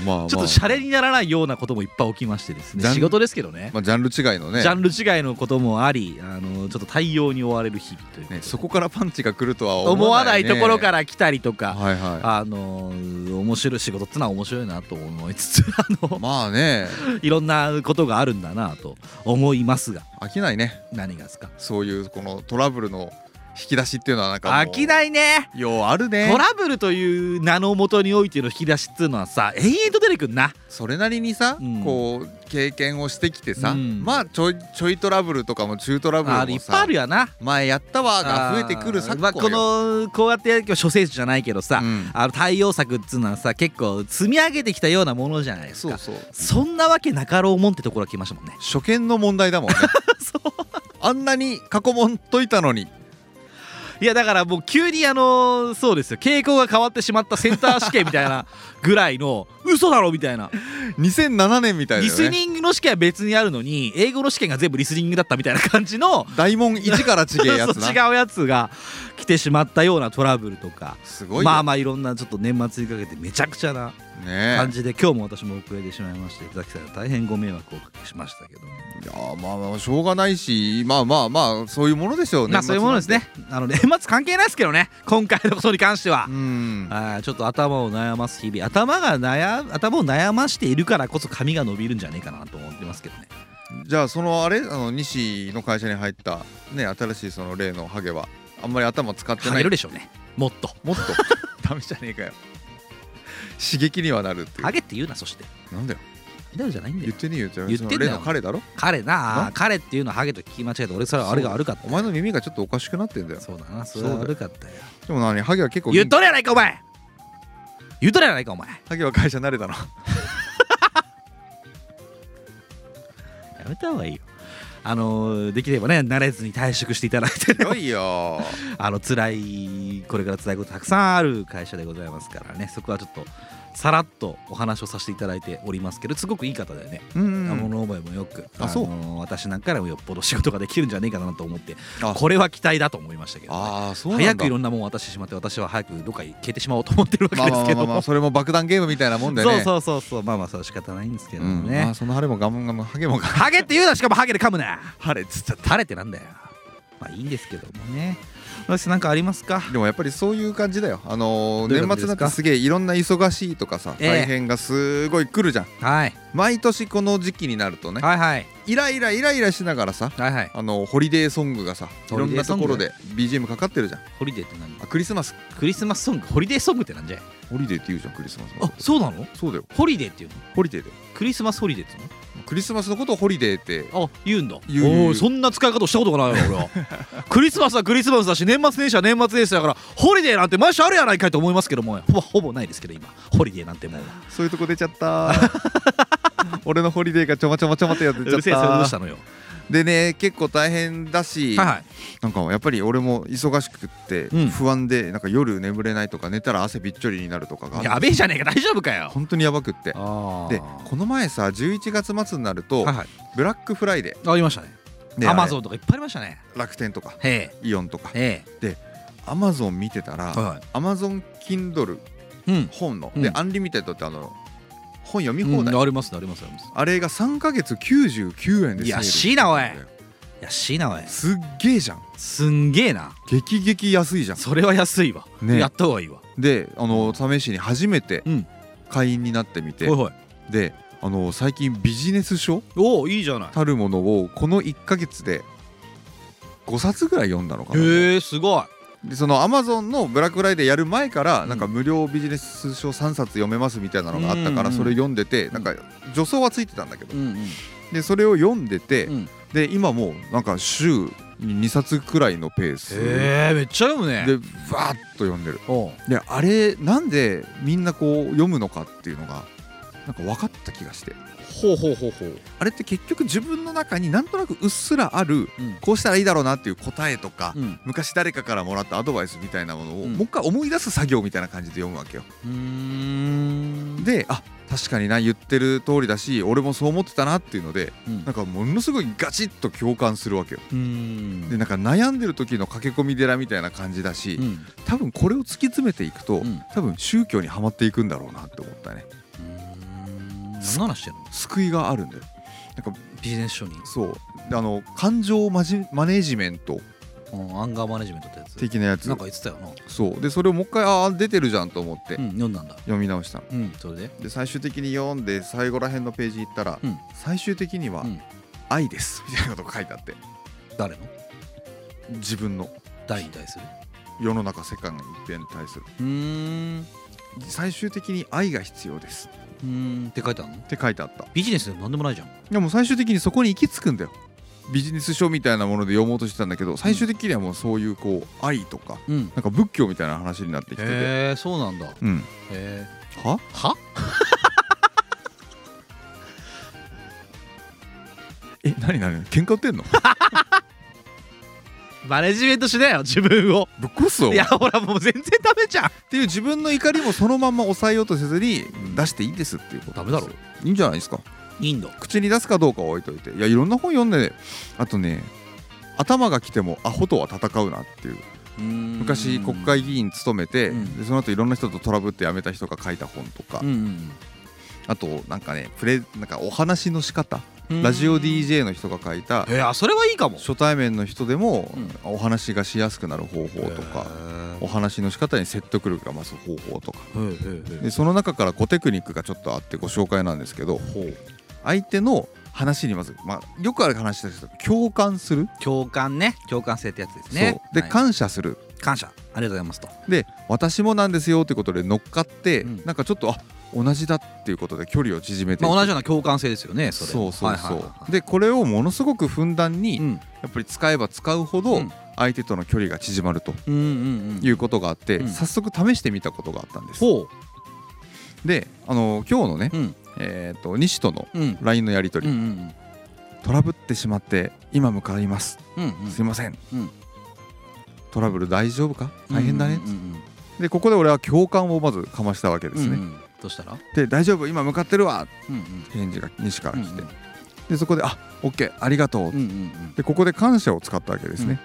A: まあ
C: ちょっとシャレにならないようなこともいっぱい起きましてです
A: ジャ
C: ね
A: ン
C: 仕事ですけどね
A: まあ、ジャンル違いのね
C: ジャンル違いのこともありあのちょっと対応に追われる日々という
A: ねそこからパンチが来るとは思わない,、
C: 思わないところからら来たりとか、
A: はいは
C: あの面白い仕事ってのは面白いなと思いつつ あ
A: い
C: の
A: まあね
C: いろんなことがあるんだなと思いますが
A: 飽きないね
C: 何がですか
A: そういうこのトラブルの引き出しっていうのはなんかもう
C: 飽きないね
A: ようあるね
C: トラブルという名のもとにおいての引き出しっていうのはさ延々と出てくんな
A: それなりにさ、
C: うん
A: こう経験をしてきてさ、
C: うん
A: まあちょいちょいトラブルとかも中トラブル
C: あ
A: も
C: れ
A: さ
C: いっぱいあるよな
A: 前やったわが増えてくる昨今
C: まあ、
A: よ
C: このこうやって今日処世術じゃないけどさ、
A: うん
C: あの対応策っつうのはさ結構積み上げてきたようなものじゃないです
A: そう
C: か
A: そう
C: そんなわけなかろうもんってところが来ましたもんね
A: 初見の問題だもんね
C: そう
A: あんなに過去問解いたのに
C: いやだからもう急にあのそうですよ傾向が変わってしまったセンター試験みたいなぐらいの嘘だろみた いな
A: 2007年みたいだ
C: リ
A: よ
C: ス
A: ね
C: ニングの試験は別にあるのに英語の試験が全部リスニングだったみたいな感じ の
A: 大門一からちげえやつ
C: そう
A: な
C: 違うやつが来てしまったようなトラブルとか
A: すごいよ
C: まあまあいろんなちょっと年末にかけてめちゃくちゃな
A: ね
C: 感じで今日も私も遅れてしまいましてザキさんに大変ご迷惑をおかけしましたけど、
A: えいやーまあまあしょうがないしまあまあまあそういうものでしょうね
C: まあそういうものですねあの年末関係ないですけどね今回のことに関しては
A: う、ん
C: あーちょっと頭を悩ます日々頭が悩頭を悩ましているからこそ髪が伸びるんじゃないかなと思ってますけどね
A: じゃあそのあれあの西の会社に入ったね新しいその例のハゲはあんまり頭使って
C: は
A: な
C: げ
A: い
C: るでしょうねもっと
A: も っとダメじゃねえかよ刺激にはなるってい
C: ハ
A: う
C: ゲって言うなそして
A: なんだよ
C: みたいじゃないんだ
A: 言
C: よ
A: ってねえよじゃあ
C: 言ってん
A: そ
C: だよ
A: の例の彼だろ
C: 彼な
A: な
C: あ彼っていうのはハゲと聞き間違えて俺それはあれが悪かった
A: お前の耳がちょっとおかしくなってんだよ
C: そうだなそれは悪かったよ
A: でも何ハゲは結構
C: 言っとるやないかお前言っとるやないかお前
A: ハゲは会社慣れ たの
C: やめた方がいいよ。あのーできればね慣れずに退職していただいて、ね、
A: よいよ
C: あの辛いこれから辛いことたくさんある会社でございますからねそこはちょっとさらっとお話をさせていただいておりますけどすごくいい方だよね、
A: う
C: あ
A: ん
C: 物覚えもよく
A: あそう
C: のー私なんかでもよっぽど仕事ができるんじゃねえかなと思って
A: あ
C: これは期待だと思いましたけどね、
A: ああそうなんだ
C: 早くいろんなもんを渡してしまって私は早くどっかに消えてしまおうと思ってる
A: ま
C: わ
A: あますあ
C: けでけ
A: まあ
C: ど
A: まあ
C: も。
A: それも爆弾ゲームみたいなもんだよ
C: そう
A: ねう
C: そうそうそうまあまあそれは仕方ないんですけども
A: ん
C: ね、
A: まあそのハゲもガムガムハゲもガム
C: ハゲって言うなしかもハゲで噛むなハレっつったハレってなんだよまあいいんですけどもね私なんかありますか
A: でもやっぱりそういう感じだよあのー
C: どういう感
A: 年末にな
C: じです
A: って
C: か
A: すげえいろんな忙しいとかさ
C: ええ
A: 大変がすごい来るじゃん
C: はい
A: 毎年この時期になるとね
C: はいはい
A: イライライライラしながらさ
C: はいはい
A: あのホリデーソングがさい
C: ホ
A: ろん
C: リデ
A: な
C: ーソ
A: と
C: ン
A: こ
C: グ
A: ろで BGM かかってるじゃん
C: ホリデーって何
A: あクリスマス
C: クリスマスソングホリデーソングってなんじゃい
A: ホリデーって言うじゃんクリスマスの
C: あそうなの
A: そうだよ
C: ホリデーっていうの
A: ホリデーで
C: クリスマスホリデーっていう
A: クリスマスのことをホリデーって
C: のあ言うんだ
A: 言う言う
C: おーそんな使い方したことがないよ俺 はクリスマスはクリスマスだし年末年始は年末年始だからホリデーなんて毎週あるやないかいと思いますけどもほぼほぼないですけど今ホリデーなんてもう
A: そういうとこ出ちゃった俺のホリデーがちょまちょまちょまってやって
C: う
A: ちゃ
C: る
A: っ
C: せえそれどうしたたのよ
A: でね結構大変だし、
C: はいはい
A: なんかやっぱり俺も忙しくって
C: うん
A: 不安で、なんか夜眠れないとか寝たら汗びっちょりになるとかが
C: やべえじゃねえか大丈夫かよ
A: 本当にやばくって
C: あ
A: でこの前さ11月末になると、
C: はいはい
A: ブラックフライデ
C: ありましたね
A: ーで
C: アマゾンとかいっぱいありましたね
A: あれ楽天とか
C: へ
A: イオンとか
C: えへ
A: アマゾン見てたら、
C: えは
A: アマゾン Kindle
C: いうん
A: 本の、
C: うん
A: でアンリミテッドってあの本読み放題、
C: うんありますねありますあります
A: あれが3ヶ月99円です
C: 安いなおいいやしいなおい
A: すっげえじゃん
C: すんげえな
A: 激激安いじゃん
C: それは安いわ、
A: ね
C: やった方がいいわ
A: であの試しに初めて
C: うん
A: 会員になってみて、
C: ほいほい
A: であの最近ビジネス書
C: おおいいじゃない
A: たるものをこの1ヶ月で5冊ぐらい読んだのかな
C: へえすごい
A: でそのアマゾンのブラックフライデーやる前から、
C: うん
A: なんか無料ビジネス書3冊読めますみたいなのがあったから、
C: うんうん
A: それ読んでて
C: ん
A: なんか助走はついてたんだけど、
C: ん
A: でそれを読んでて、
C: うん
A: で今もうなんか週に2冊くらいのペースで
C: へえめっちゃ読むね
A: バーッと読んでる
C: おう
A: であれなんでみんなこう読むのかっていうのがなんか分かった気がして
C: ほうほうほうほう
A: あれって結局自分の中になんとなくうっすらある
C: うん
A: こうしたらいいだろうなっていう答えとか、
C: うん
A: 昔誰かからもらったアドバイスみたいなものを、
C: うん
A: もう一回思い出す作業みたいな感じで読むわけよ。
C: うーん
A: であ確かにな言ってる通りだし俺もそう思ってたなっていうので
C: うん
A: なんかものすごいガチッと共感するわけよ。
C: うーん
A: でなんか悩んでる時の駆け込み寺みたいな感じだし、
C: うん
A: 多分これを突き詰めていくと、
C: うん
A: 多分宗教にはまっていくんだろうなって思ったね。
C: 何の話してんの
A: 救いがあるんだよなんか
C: ビジネス書に、
A: そうであの感情マジマネジメント
C: うん、アンガーマネジメントってやつ
A: 的なやつ
C: なんか言ってたよな、
A: そうでそれをもう一回ああ出てるじゃんと思って
C: うん、読んだんだ
A: 読み直したの
C: うんそれで
A: で最終的に読んで最後らへんのページ行ったら、
C: うん
A: 最終的には
C: うん
A: 「愛です」みたいなことが書いてあって
C: 誰の
A: 自分の
C: 誰に対する
A: 世の中世界の一変に対する
C: うーん
A: 最終的に愛が必要ですっ
C: うーんって書いてあるの
A: て書いてあった
C: ビジネスでも何でもないじゃん
A: でも最終的にそこに行き着くんだよビジネス書みたいなもので読もうとしてたんだけど最終的にはもうそういうこう愛とか
C: うん
A: なんか仏教みたいな話になってきてて、
C: へえそうなんだへ
A: うん、
C: え
A: は
C: は
A: え何何喧嘩売って んの
C: マネジメントしなよ自分を
A: ぶっ殺すぞお前
C: いや
A: っ
C: ほらもう全然ダメじゃん
A: ていう自分の怒りもそのまんま抑えようとせずに出していいんですっていうこと
C: ダメだろ
A: いいんじゃないですか
C: インド
A: 口に出すかどうかは置いといていやいろんな本読んであとね頭が来てもアホとは戦うなっていう昔国会議員務めて、
C: うん
A: でその後いろんな人とトラブって辞めた人が書いた本とか、
C: うん
A: あとなんかねプレなんかお話の仕方、
C: うん
A: ラジオ DJ の人が書いた
C: いやそれはいいかも
A: 初対面の人でも
C: うん
A: お話がしやすくなる方法とか、お話の仕方に説得力が増す方法とか
C: へーへーへー
A: でその中から5テクニックがちょっとあってご紹介なんですけど相手の話にまず、まあ、よくある話ですけど共感する、
C: 共感ね共感性ってやつですね
A: そうで、
C: はい
A: 感謝する
C: 感謝ありがとうございますと
A: で私もなんですよってことで乗っかって、
C: うん
A: なんかちょっとあ同じだっていうことで距離を縮めていく、
C: まあ同じような共感性ですよねそれ
A: そうそう
C: はいはい
A: そ
C: は
A: うでこれをものすごくふんだんに、
C: いはい
A: やっぱり使えば使うほ
C: う
A: ど
C: ん
A: 相手との距離が縮まると
C: うんうんうん
A: い
C: うん
A: うことがあって、
C: うん
A: 早速試してみたことがあったんです、
C: ほ
A: であの今日のね、
C: ううん
A: えー、と西との
C: うん
A: LINE のやり
C: うんう
A: 取り、
C: ん
A: トラブってしまって今向かいます、
C: うんうん
A: すいません、
C: うん
A: トラブル大丈夫か大変だね、
C: うんうんうん
A: でここで俺は共感をまずかましたわけですね、
C: うんうんどうしたら
A: で大丈夫今向かってるわ
C: うんうん
A: 返事が西から来て、
C: うん
A: でそこで「あオッケーありがとう」
C: うんうん
A: でここで感謝を使ったわけですね、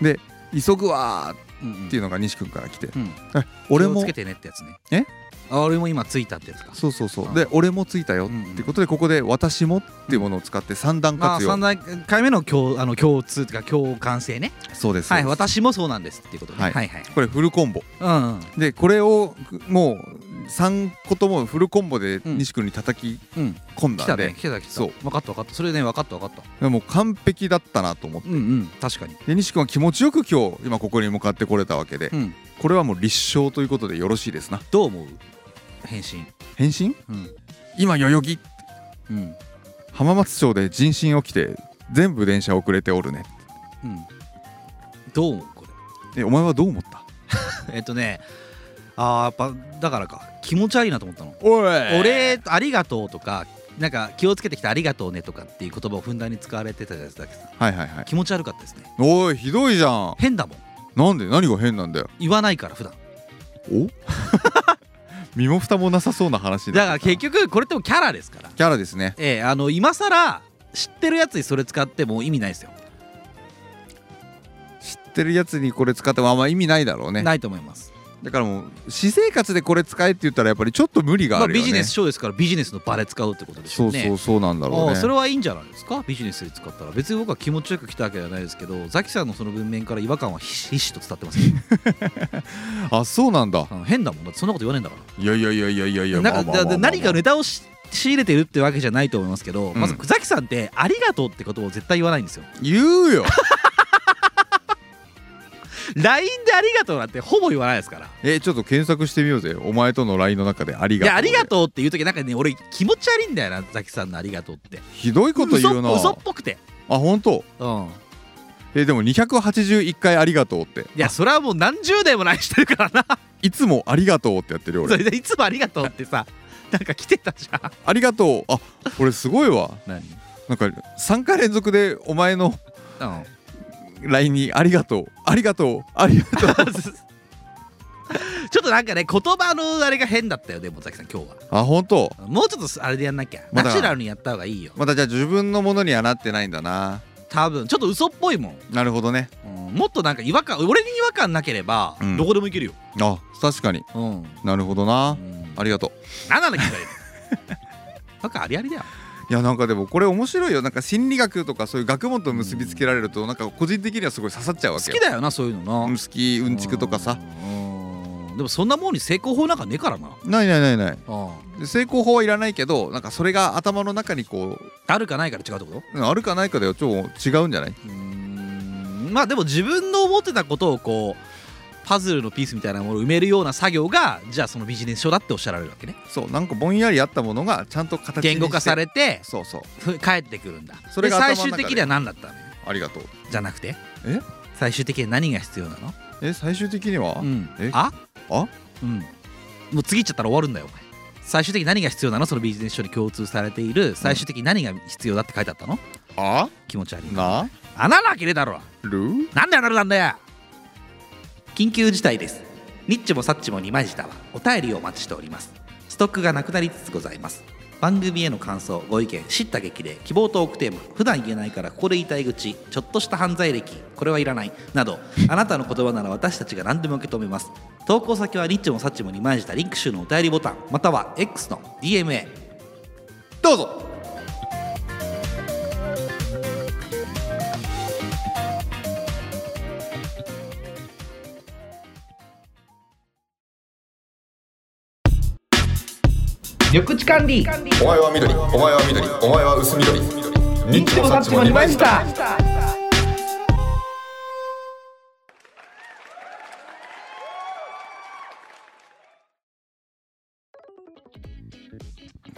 A: で「急ぐわ」
C: うんうん
A: っていうのが西君から来て
C: うん
A: 「え俺
C: 気を
A: も
C: つけてねってやつね
A: え
C: あ俺も今ついたってやつか
A: そうそうそううんで俺もついたよ」っ
C: うんうん
A: ていうことでここで「私も」っていうものを使って三段
C: まあ
A: 活用、
C: 3段階目の共あの共通というか共感性ね
A: そうです、
C: はい
A: そうです
C: 私もそうなんですっていうことね
A: は
C: は
A: いい
C: はい
A: これフルコンボ
C: うん
A: でこれをもう3個ともフルコンボで
C: ん
A: 西君に叩き
C: うんうん
A: 込ん
C: 来
A: だ
C: た
A: んで
C: ね、来た来た
A: そう
C: 分かった分かったそれね分かった分かった
A: もう完璧だったなと思って
C: うんうん確かに
A: で西君は気持ちよく今日今ここに向かってこれたわけで、
C: うん
A: これはもう立証ということでよろしいですな
C: どう思う返信
A: 返信
C: うん
A: 今代々木
C: うん
A: 浜松町で人身起きて全部電車遅れておるね
C: うんどう思うこ
A: えお前はどう思った
C: れ えっとねあーやっぱだからか気持ち悪いなと思ったの
A: おい
C: お礼ありがとうとかなんか気をつけてきてありがとうねとかっていう言葉をふんだんに使われてたじゃないですか
A: はいはいはい
C: 気持ち悪かったですね
A: おいひどいじゃん
C: 変だもん
A: なんで何が変なんだよ
C: 言わないから普段
A: お 身も蓋もなさそうな話にな
C: だ
A: っ
C: から
A: てきたな
C: 結局これってもキャラですから
A: キャラですね
C: ええあの今更知ってるやつにそれ使っても意味ないですよ、
A: 知ってるやつにこれ使ってもあんま意味ないだろうね
C: ないと思います、
A: だからもう私生活でこれ使えって言ったらやっぱりちょっと無理が
C: ま
A: あ
C: あ、
A: るよね、
C: ビジネス書ですからビジネスの場で使うってことでしょ
A: そうう
C: ね
A: そうそうなんだろう
C: ああ
A: ね
C: それはいいんじゃないですかビジネスで使ったら別に僕は気持ちよく来たわけじゃないですけどザキさんのその文面から違和感はひしひしと 伝ってますよ
A: あそうなんだ
C: あの変だもんだってそんなこと言わねえんだから
A: いやいやいやいやいやいや
C: なんか
A: まあまあまあまあ
C: だ何かネタをし仕入れてるってわけじゃないと思いますけど、
A: うん
C: まずザキさんって「ありがとう」ってことを絶対言わないんですよ
A: 言うよ
C: LINE で「ありがとう」なんてほぼ言わないですから
A: えちょっと検索してみようぜお前との LINE の中であり
C: い
A: がとう
C: や「ありがとう」っていう時なんかね俺気持ち悪いんだよなザキさんの「ありがとう」って
A: ひどいこと言うな
C: 嘘嘘っぽくて
A: あ本当
C: うん
A: えでも281回ありがとうって
C: いやそれはもう何十年も来してるからない
A: つもありがとうってやってるよ
C: そ
A: 俺
C: れ でいつも「ありがとう」ってさなんか来てたじゃん
A: ありがとうあ俺すごいわ
C: 何
A: なんか3回連続でお前の
C: うん
A: LINE にありがとうありがとうありがとう
C: ちょっとなんかね言葉のあれが変だったよでもザキさん今日は
A: あ本当
C: もうちょっとあれでやんなきゃ
A: ま
C: ナ
A: だ
C: チュラルにやった方がいいよ
A: またじゃあ自分のものにはなってないんだな
C: 多分ちょっと嘘っぽいもん
A: なるほどね
C: うんもっとなんか違和感俺に違和感なければ
A: うん
C: どこでもいけるよ、
A: あ確かに
C: うん
A: なるほど
C: う
A: なんありがとう
C: 何なんだ聞かれる なんかありありだよ
A: いやなんかでもこれ面白いよなんか心理学とかそういう学問と結びつけられるとなんか個人的にはすごい刺さっちゃう
C: 好
A: わけよ
C: きだよなそういうの
A: うん
C: な
A: 好きうんちくとかさ
C: うんでもそんなもんに成功法なんかねえからな
A: ないないないない
C: あ
A: で成功法はいらないけどなんかそれが頭の中にこ
C: あるかないから違うってこと
A: ううんあるかないかではちょっと違うんじゃない
C: うんまあでも自分の思ってたことをこうパズルのピースみたいなものを埋めるような作業がじゃあそのビジネス書だっておっしゃられるわけね
A: そうなんかぼんやりあったものがちゃんと形にして
C: 言語化されて
A: そうそう
C: ふ帰ってくるんだ
A: それが
C: で
A: 頭の
C: 最
A: 中で
C: 終的には何だったの
A: ありがとう
C: じゃなくて
A: え
C: 最終的には何が必要なの
A: え最終的には、
C: うん
A: え
C: あ
A: あ
C: うんもう次行っちゃったら終わるんだよお前最終的に何が必要なのそのビジネス書に共通されている最終的に何が必要だって書いてあったの
A: あ
C: 気持ち悪い
A: な
C: 穴なきれだろ
A: る
C: なんであなるなんだよ緊急事態ですニッチもサッチも二枚舌はお便りをお待ちしておりますストックがなくなりつつございます番組への感想ご意見知った激励希望トークテーマ普段言えないからここで言いたい口ちょっとした犯罪歴これはいらないなどあなたの言葉なら私たちが何でも受け止めます投稿先はニッチもサッチも二枚舌リンク集のお便りボタンまたは X の DMA
A: どうぞ
C: 緑地管理
A: お前は緑お前は緑お前は薄緑ニッチもサッチも2枚した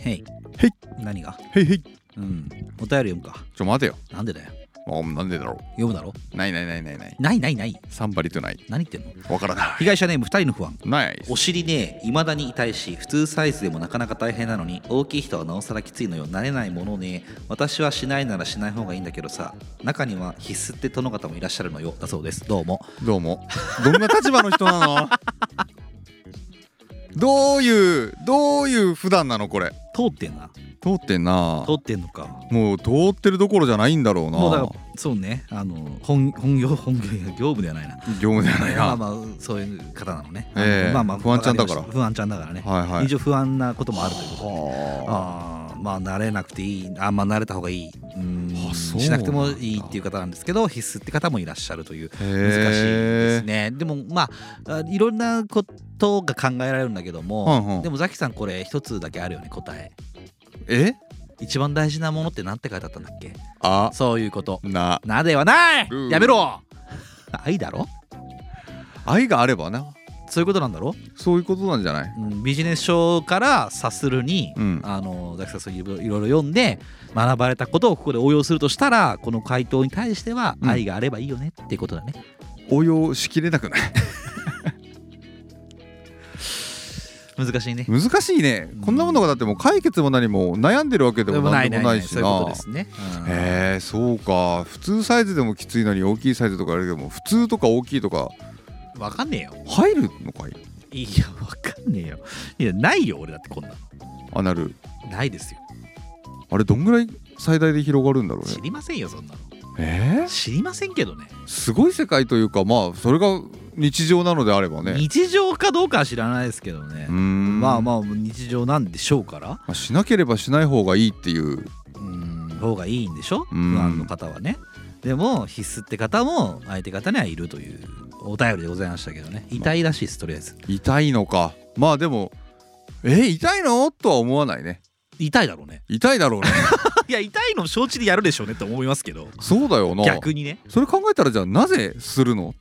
C: へい
A: へい
C: 何が
A: へいへいち
C: うんお便り読むか
A: ょ待てよ
C: なんでだよ
A: あなんでだろ
C: 読むだろ
A: うないないないないない
C: ないないない
A: サンバリとない
C: 何言ってんの
A: わからな
C: 被害者ネーム2人の不安
A: いない
C: お尻ねいまだに痛いし普通サイズでもなかなか大変なのに大きい人はなおさらきついのよ慣れないものね私はしないならしない方がいいんだけどさ中には必須って殿方もいらっしゃるのよだそうですどうも
A: どうも。どんな立場の人な のどういう、どういう普段なのこれ。
C: 通ってんな
A: 通ってんな
C: 通。ってんのか
A: もう通ってるどころじゃないんだろうな。
C: もうだからそうねあの本本業本業業務ではないな
A: 業務じゃない
C: まあ
A: な。
C: まあそういう方なのね、
A: ええ
C: まあまあ
A: 不安ちゃんだから
C: わりました不安ちゃんだからね、
A: はいはい
C: 一応不安なこともあるということで
A: は
C: あーまあ慣れなくていいあまあ慣れた方がいいうーん
A: あそう
C: しなくてもいいっていう方なんですけど必須って方もいらっしゃるという
A: あ。へ
C: 難しいです
A: ね。
C: ねでもまああいろんなことが考えられるんだけども、
A: うんうん
C: でもザキさんこれ一つだけあるよね答え
A: え
C: 一番大事なものって何て書いてあったんだっけ
A: あ、
C: そういうこと
A: な。
C: なではない
A: うん
C: やめろ愛だろ
A: 愛があればな。
C: そういうことなんだろ
A: そういうことなんじゃない
C: うんビジネス書から察するに、
A: うん
C: あのザキさんそういういろいろ読んで学ばれたことをここで応用するとしたらこの回答に対しては
A: うん
C: 愛があればいいよねっていうことだね、
A: 応用しきれなくない
C: 難しいね
A: 難しいね。こんなものがだってもう解決も何も悩んでるわけでも何でもないし
C: そう
A: な。
C: いうことですね、
A: へ
C: うん
A: えそうか普通サイズでもきついのに大きいサイズとかあるけども普通とか大きいとか
C: わかんねえよ
A: 入るのかい
C: いやわかんねえよいやないよ俺だってこんなの
A: アナル
C: ないですよ
A: あれどんぐらい最大で広がるんだろう
C: 知
A: ね
C: りませんよそんな
A: え
C: の知りませんけどね
A: ー、すごい世界というかまあそれが日常なのであればね
C: 日常かどうかは知らないですけどね
A: うー、ん
C: まあまあ日常なんでしょうから
A: あしなければしない方がいいっていう
C: うん方がいいんでしょ
A: うん
C: 不安の方はねでも必須って方も相手方にはいるというお便りでございましたけどね痛いらしいですとりあえず
A: 痛いのかまあでもえー痛いのとは思わないね
C: 痛いだろうね
A: 痛いだろうね
C: いや痛いの承知でやるでしょうねって思いますけど
A: そうだよな
C: 逆にね
A: それ考えたらじゃあなぜするの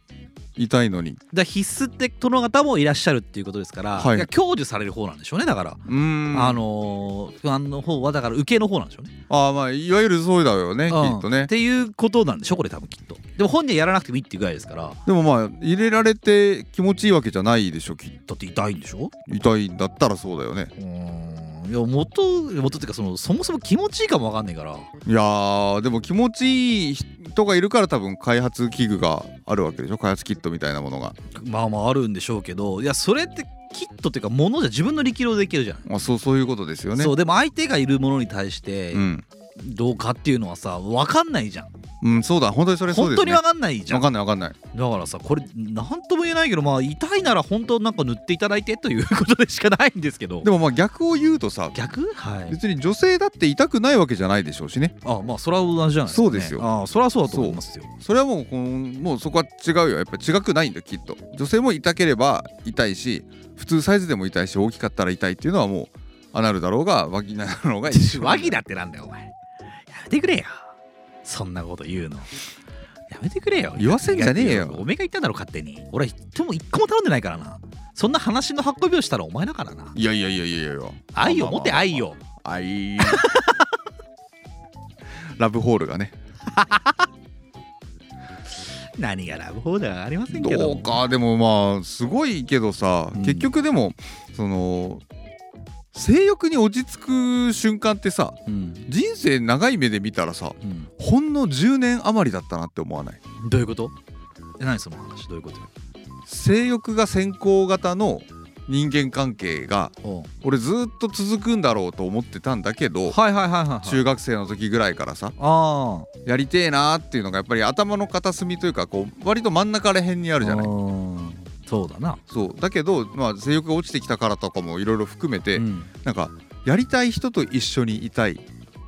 A: 痛いのに
C: だから必須って殿方もいらっしゃるっていうことですから、
A: はい
C: いや享受される方なんでしょうねだから、
A: うーん
C: あのー不安の方はだから受けの方なんでしょうね
A: ああまあいわゆるそうだよね、
C: うん
A: きっとね
C: っていうことなんでしょこれ多分きっとでも本人はやらなくてもいいっていうぐらいですから
A: でもまあ入れられて気持ちいいわけじゃないでしょき
C: だって痛いんでしょ
A: 痛いんだったらそうだよね
C: うーんいや元元っていうかそのそもそも気持ちいいかもわかんないから
A: いやーでも気持ちいい人がいるから多分開発器具があるわけでしょ開発キットみたいなものが
C: まあまああるんでしょうけどいやそれってキットっていうかものじゃ自分の力量でいけるじゃない、
A: まあそうそういうことですよね
C: そうでも相手がいるものに対して
A: うん
C: どうかっていうのはさ分かんないじゃん
A: うんそうだ本当にそれそう
C: 本
A: です
C: 当に
A: ね
C: わかんないじゃ
A: わ
C: ん
A: かんないわかんない
C: だからさこれ何とも言えないけどまあ痛いなら本当なんか塗っていただいてということでしかないんですけど
A: でもまあ逆を言うとさ
C: 逆はい
A: 別に女性だって痛くないわけじゃないでしょうしね
C: あまあそれは同じじゃない
A: そうですよ
C: あそれはそうだと思いますよ
A: それはもうこのもうそこは違うよやっぱり違くないんだよきっと女性も痛ければ痛いし普通サイズでも痛いし大きかったら痛いっていうのはもうアナルだろうがワギナだろうが一緒
C: 和議だってなんだよお前やめてくれよそんなこと言うのやめてくれよ
A: 言わせんじゃねえよ
C: おめが言ったんだろ勝手に俺は一手も一個も頼んでないからなそんな話の運びをしたらお前だからない
A: やいやいやいやいやいや
C: 愛を持て愛を
A: 愛ラブホールがね
C: 何がラブホーダーありませんけど
A: どうかでもまあすごいけどさ、
C: うん
A: 結局でもその性欲に落ち着く瞬間ってさ
C: うん、
A: 人生長い目で見たらさ
C: うん、
A: ほんの10年余りだったなって思わない
C: どういうことえ何その話どういうことよ
A: 性欲が先行型の人間関係が
C: おう
A: 俺ずっと続くんだろうと思ってたんだけど
C: はいはいはいはい、はい、
A: 中学生の時ぐらいからさ
C: ああ
A: やりてえなーっていうのがやっぱり頭の片隅というかこう割と真ん中ら辺にあ
C: あ
A: るじゃない
C: ーそうだな
A: そうだけど、まあ、性欲が落ちてきたからとかもいろいろ含めて、
C: うん、
A: なんかやりたい人と一緒にいたい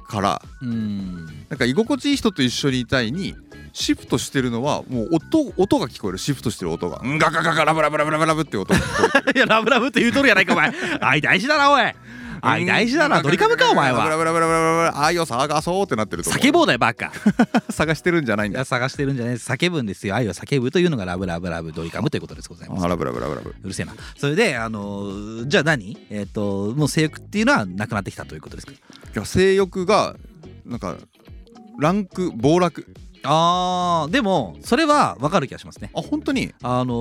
A: から
C: うん、
A: なんか居心地いい人と一緒にいたいにシフトしてるのはもう音音が聞こえるシフトしてる音がうんガガガガラブラブラブラブラブって音が聞こえて
C: いやラブラブって言うとるやないかお前愛大事だなおい愛大事だなドリカムかお前
A: ブラ
C: は
A: ブラブラブラブラブラ愛を探そうってなってると思う
C: 叫ぼうだよバカ
A: 探してるんじゃないん
C: い
A: だ
C: や探してるんじゃないです叫ぶんですよ愛を叫ぶというのがラブラブラブドリカムということですございます
A: あラブラブラブラブ
C: うるせえなそれであのーじゃあ何えっ、ともう性欲っていうのはなくなってきたということですか
A: いや性欲がなんかランク暴落
C: あーでもそれは分かる気がしますね
A: あ本当に
C: あの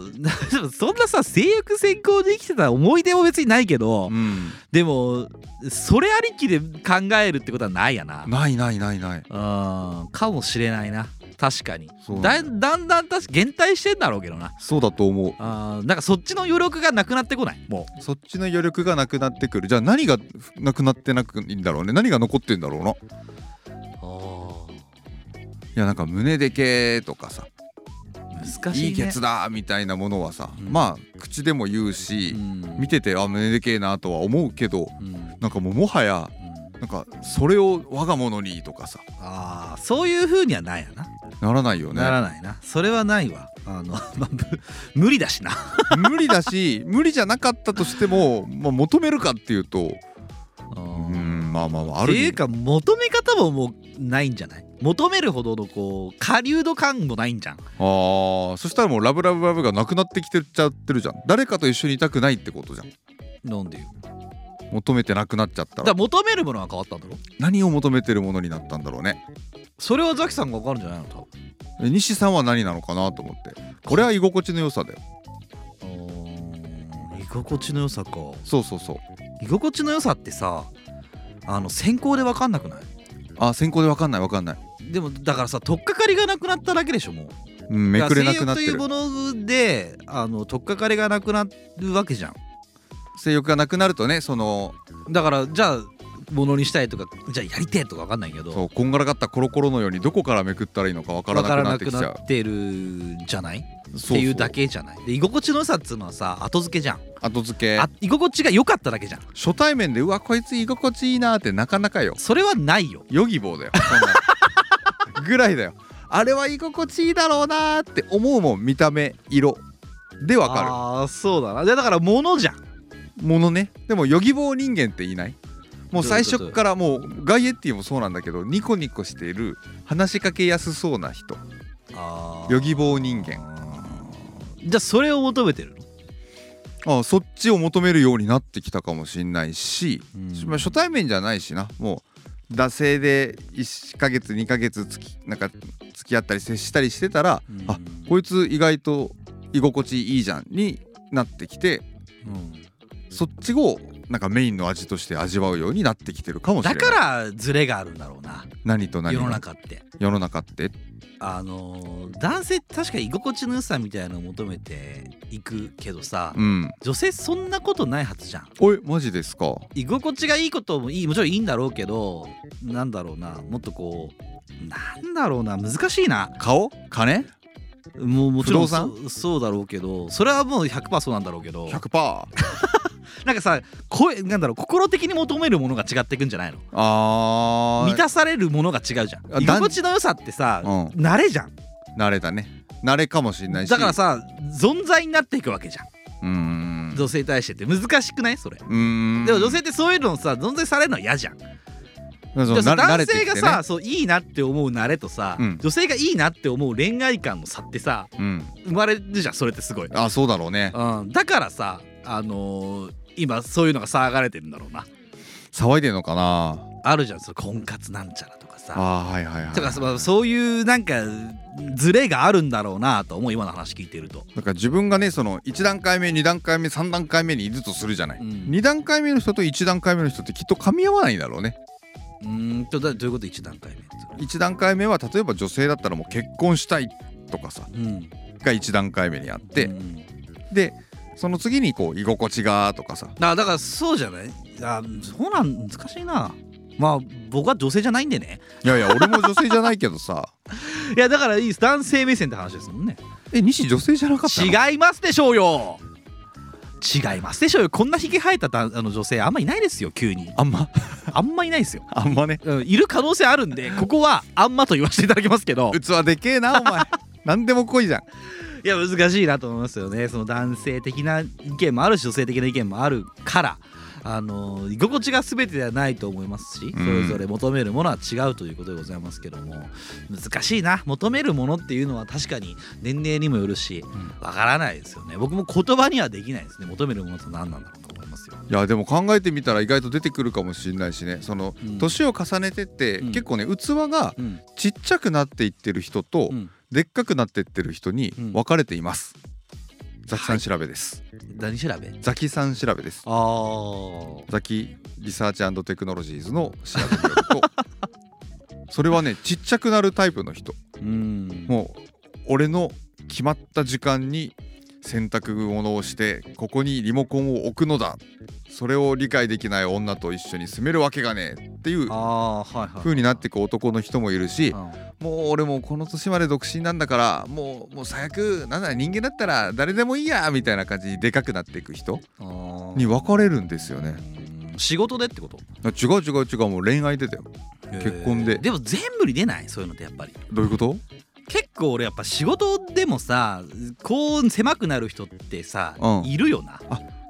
C: ー でもそんなさ性欲先行で生きてた思い出も別にないけど、
A: うん
C: でもそれありきで考えるってことはないやな
A: ないないないない
C: うんかもしれないな確かに
A: そう
C: だだんだん確か減退してんだろうけどな
A: そうだと思う
C: あーなんかそっちの余力がなくなってこないも
A: そっちの余力がなくなってくるじゃあ何がなくなってなくいいんだろうね何が残ってんだろうないうやなんか胸でけーとかさ
C: 難しい、ね、
A: いいケツだーみたいなものはさ、
C: うん
A: まあ口でも言うし、
C: うん
A: 見ててあ胸でけえなとは思うけど
C: うんうん
A: なんかもうもはやなんかそれを我が物にとかさ
C: あーそういう風にはないやな、
A: ならないよね
C: ならないなそれはないわあの、ま あ、ぶ無理だしな
A: 無理だ し無理じゃなかったとしても、まあ、求めるかっていうとうんまあまあまあある
C: っていうか求め方ももうないんじゃない求めるほどのこう下流度感もないんじゃん
A: あーそしたらもうラブラブラブがなくなってきてっちゃってるじゃん誰かと一緒にいたくないってことじゃん
C: なんでよ
A: 求めてなくなっちゃった
C: だから
A: ら
C: 求めるものが変わったんだろ
A: 何を求めてるものになったんだろうね
C: それはザキさんが分かるんじゃないの多分
A: 西さんは何なのかなと思ってこれは居心地の良さだよ
C: 居心地の良さか
A: そうそうそう
C: 居心地の良さってさあの先行で分かんなくな
A: あ先行で分かんない分かんない、
C: いでもだからさ取っかかりがなくなっただけでしょもう
A: うん、めくれなくなって
C: だ
A: る
C: から性欲というものであの取っかかりがなくなるわけじゃん
A: 性欲がなくなるとねその
C: だからじゃあものにしたいとかじゃあやりてえとか分かんないけど
A: そうこんがらがったコロコロのようにどこからめくったらいいのか分から
C: 分から
A: な
C: な
A: くなって
C: く
A: きちゃ
C: な
A: う
C: ってるんじゃないっ
A: そ
C: て
A: う
C: い
A: そう
C: うだけじゃないで居心地の良さっつうのはさ後付けじゃん
A: 後付け
C: あ居心地が良かっただけじゃん
A: 初対面でうわこいつ居心地いいなってなかなかよ
C: それはないよ
A: ヨギボーだよそん なのぐらいだよあれは居心地いいだろうなーって思うもん見た目色でわか
C: ああそうだなでだからものじゃん
A: るものねでもヨギボー人間っていないもう最
C: どういう
A: 初
C: こ
A: からもうガイエッティもそうなんだけどニコニコしている話しかけやすそうな人
C: あ
A: ヨギボー人間
C: じゃあそれを求めてるの、
A: あそっちを求めるようになってきたかもしんないしまあ初対面じゃないしなもう惰性で1ヶ月2ヶ月つきなんか付き合ったり接したりしてたら、
C: うん
A: あこいつ意外と居心地いいじゃんになってきてそっちをなんかメインの味として味わうようになってきてるかもしれな
C: だ
A: い
C: からズレがあるんだろうな
A: 何と何
C: 世
A: が
C: の中って
A: 世の中って
C: あのー男性って確かに居心地の良さみたいなのを求めていくけどさ、
A: うん
C: 女性そんなことないはずじゃん
A: おいマジですか
C: 居心地がいいこともいいもちろんいいんだろうけどなんだろうなもっとこうなんだろうな難しいな
A: 顔金
C: もうもちろん
A: 不動産
C: そうそうだろうけどそれはもう100%そうなんだろうけど
A: ?100%! あ
C: なんかさ声なんだろう心的に求めるものが違っていくんじゃないの
A: あ
C: 満たされるものが違うじゃ
A: あ
C: ん居心地の良さってさ、
A: うん
C: 慣れじゃん
A: 慣れたね慣れかもしれないし
C: だからさ存在になっていくわけじゃん、
A: うーん
C: 女性に対してって難しくないそれ、
A: うーん
C: でも女性ってそういうのさ存在されるのは嫌じゃん
A: そう
C: でもさ
A: な慣
C: 男
A: れてき
C: 性
A: てね
C: がさ、そういいなって思う慣れとさ、
A: うん
C: 女性がいいなって思う恋愛感の差ってさ
A: うん、
C: 生まれるじゃんそれってすごい、
A: あそうだろうね
C: うん、だからさあのー今そういうのが騒がれてるんだろうな
A: 騒いでんのかな
C: あるじゃんその婚活なんちゃらとかさ
A: あーはいはいはい
C: とかそのそういうなんかズレがあるんだろうなと思う今の話聞いてると
A: だから自分がねその1段階目2段階目3段階目にいるとするじゃない、
C: う
A: 二
C: ん
A: 2段階目の人と1段階目の人ってきっと噛み合わないんだろうね
C: うーんとだどういうこと一段階目って
A: 1段階目は例えば女性だったらもう結婚したいとかさ
C: うん
A: が1段階目にあって、
C: うん
A: でその次にこう居心地がとかさ
C: あだからそうじゃないあそうなん難しいなまあ僕は女性じゃないんでね
A: いやいや俺も女性じゃないけどさ
C: いやだからいいです男性目線って話ですもんね
A: え西女性じゃなかったの
C: 違いますでしょうよ違いますでしょうよこんなひげ生えただあの女性あんまいないですよ急に
A: あんま
C: あんまいないですよ、
A: あんまね
C: うん、いる可能性あるんでここはあんまと言わせていただきますけど
A: 器でけえなお 前何でも来いじゃん
C: いや難しいなと思いますよねその男性的な意見もあるし女性的な意見もあるからあの居心地が全てではないと思いますし、
A: うん
C: それぞれ求めるものは違うということでございますけども難しいな求めるものっていうのは確かに年齢にもよるしわからないですよね僕も言葉にはできないですね求めるものと何なんだろうと思いますよ。
A: いやでも考えてみたら意外と出てくるかもしれないしねその
C: うん
A: 年を重ねてって、
C: うん
A: 結構ね器が
C: うん
A: ちっちゃくなっていってる人と、
C: うん、
A: でっかくなってってる人に
C: うん
A: 分かれています、ザキさん調べです、
C: 何調べ
A: ザキさん調べです
C: あー
A: ザキリサーチテクノロジーズの調べによると それはねちっちゃくなるタイプの人
C: うん
A: もう俺の決まった時間に洗濯物をしてここにリモコンを置くのだそれを理解できない女と一緒に住めるわけがねえっていう
C: あーはいはい
A: 風になっていく男の人もいるし
C: うん
A: もう俺もうこの年まで独身なんだからもうもう最悪なんだ人間だったら誰でもいいやみたいな感じにでかくなっていく人
C: あー
A: に分かれるんですよね
C: うん仕事でってこと
A: 違う違う違うもう恋愛でだよ結婚で
C: えーでも全部に出ないそういうのってやっぱり
A: どういうこと
C: 結構俺やっぱ仕事でもさこう狭くなる人ってさ、
A: うん
C: いるよな、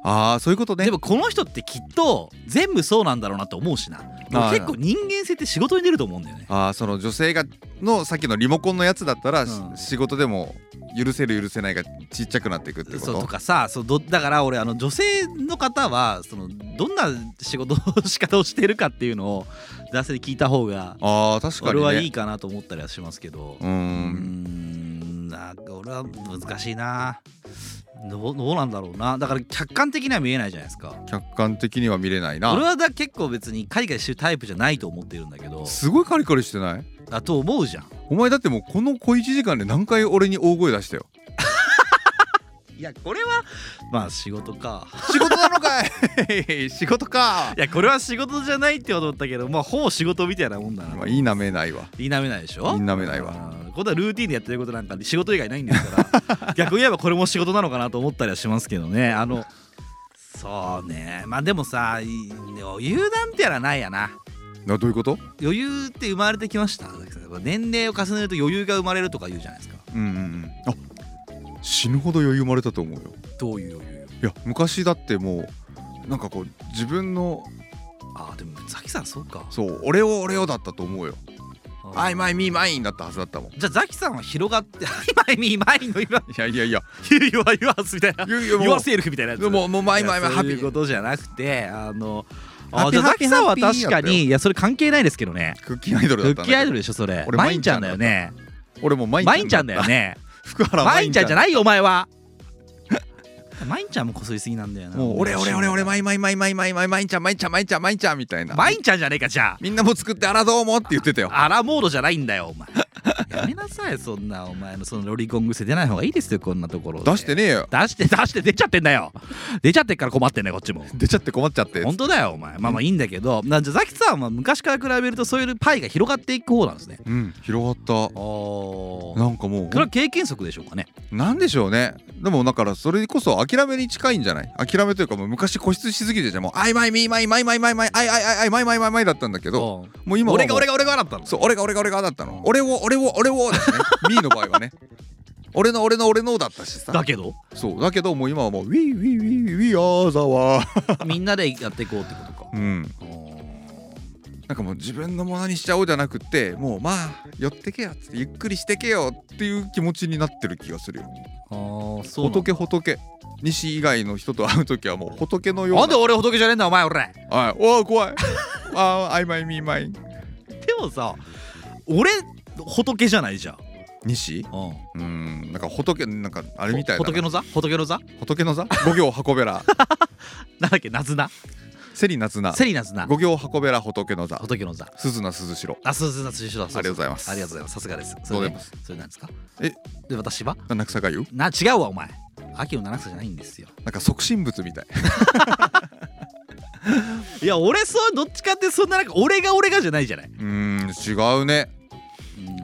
A: ああそういうことね
C: でもこの人ってきっと全部そうなんだろうなと思うしな
A: あー
C: 結構人間性って仕事に出ると思うんだよね
A: あーその女性がのさっきのリモコンのやつだったら、し
C: うん
A: 仕事でも許せる許せないがちっちゃくなっていくってこと
C: そうとかさそうどだから俺あの女性の方はそのどんな仕事の仕方をしてるかっていうのを男性に聞いた方が
A: あー確かに、
C: 俺
A: ね、
C: はいいかなと思ったりはしますけど
A: うー
C: うー
A: ん
C: んなんか俺は難しいなどうどうなんだろうなだから客観的には見えないじゃないですか
A: 客観的には見れない
C: 俺
A: な
C: はだ結構別にカリカリしてるタイプじゃないと思ってるんだけど
A: すごいカリカリしてない
C: だと思うじゃん
A: お前だってもうこの小1時間で何回俺に大声出したよ
C: いやこれはまあ仕事か
A: 仕事なのかい 仕事か
C: いやこれは仕事じゃないって思ったけどまあほぼ仕事みたいなもんだな
A: まあいいなめないわ
C: 否めないでしょ
A: いいなめないわ
C: うんこんなルーティンでやってることなんか仕事以外ないんですから 逆に言えばこれも仕事なのかなと思ったりはしますけどねあのそうねまあでもさい余裕なんてやらないやな
A: などういうこと
C: 余裕って生まれてきました年齢を重ねると余裕が生まれるとか言うじゃないですか
A: うんうんうんあ死ぬほど余裕生まれたと思うよ
C: どういう余裕
A: いや昔だってもうなんかこう自分の
C: ああでもザキさんそうか
A: そう俺を俺をだったと思うよアイマイミーマインだったはずだったもん。い
C: じゃあザキさんは広がって「 はい前に前にの今
A: やいやいや、
C: 言うわ言わず」みたいな
A: 言う
C: 「
A: よ
C: 言わ
A: も
C: せる」みたいなやつ
A: う、もう、もう、マイマイマイ、
C: い
A: ハ
C: や
A: ッピ
C: そういうこ
A: ー。
C: とじゃなくてあの
A: ハ
C: あ
A: ッピ
C: じ
A: ー
C: ゃあザキさんは
A: ハッピー
C: 確かにいやそれ関係ないですけどね
A: クッキーアイドル
C: ク
A: だったんだ
C: ッ
A: け
C: キー
A: ど
C: アイドルでしょそれ
A: 俺
C: マインちゃんだよね
A: 俺もうマイン
C: マインちゃんだ
A: よ。
C: よね
A: 福原
C: マインちゃんじゃ
A: ない。
C: ないよお前はマインちゃんもこそりすぎなんだよな
A: もう、俺、俺、俺、俺、マイマイマイマイマイマイマインちゃん、マインちゃん、マインちゃん、マインちゃんみたいな。
C: マインちゃんじゃねえかじゃあ
A: みんなも作ってあらどうもって言ってたよ。
C: アラモードじゃないんだよお前 やめなさいそんなお前のそのロリコン癖出ない方がいいですよこんなところで
A: 出してねえよ
C: 出して出して出ちゃってんだよ出ちゃってっから困ってんだよこっちも
A: 出ちゃって困っちゃって
C: 本当だよお前まあまあいいんだけどなんじゃザキさんは昔から比べるとそういうパイが広がっていく方なんですね
A: うん広がっ
C: あ
A: たなんかもう
C: それは経験則でしょうかね
A: なんでしょうねでもだからそれこそ諦めに近いんじゃない諦めというかもう昔固執しすぎてじゃんもう「あいまいみまいまいまいまいまいあいあいあいあいまいまいまいまい」だったんだけど
C: うん
A: もう今はもう
C: 俺が俺が俺がだったの
A: そう俺が俺が俺がだった
C: うん
A: の俺を俺を俺をだね B の場合はね俺の俺の俺のだったし
C: だ
A: さ
C: けど
A: そうだけどもう今はもう「ウィーウィーウィーウィーアーザワー
C: みんなでやっていこうってこ とか」
A: うんなんかもう自分のものにしちゃおうじゃなくてもうまあ寄ってけよっつってゆっくりしてけよっていう気持ちになってる気がするよ
C: あーそうなんだ
A: 仏仏西以外の人と会う時はもう仏のような
C: なんで俺仏じゃねえんだお前俺
A: はい、おお怖い。 ああ、曖昧みまい。
C: でもさ俺仏じゃないじゃん、
A: 西？うーん、なんか仏なんかあれみたいだな。
C: 仏の座仏の座
A: 仏の座？五行運べら。
C: なんだっけナズナ
A: セリナツナ。
C: セリナズナ
A: 五行運べら仏の座。
C: 仏の座
A: 鈴名鈴代。
C: あそうそうそうそうそうそう
A: ありがとうございます
C: ありがとうございますさすがです
A: どうで
C: ね
A: も
C: それなんですか
A: え
C: で私は
A: 七草がゆ？
C: な違うわお前秋の七草じゃないんですよ
A: なんか即身仏みたい。
C: いや俺そうどっちかってそんななんか俺が俺がじゃないじゃないう
A: ーん、違うね。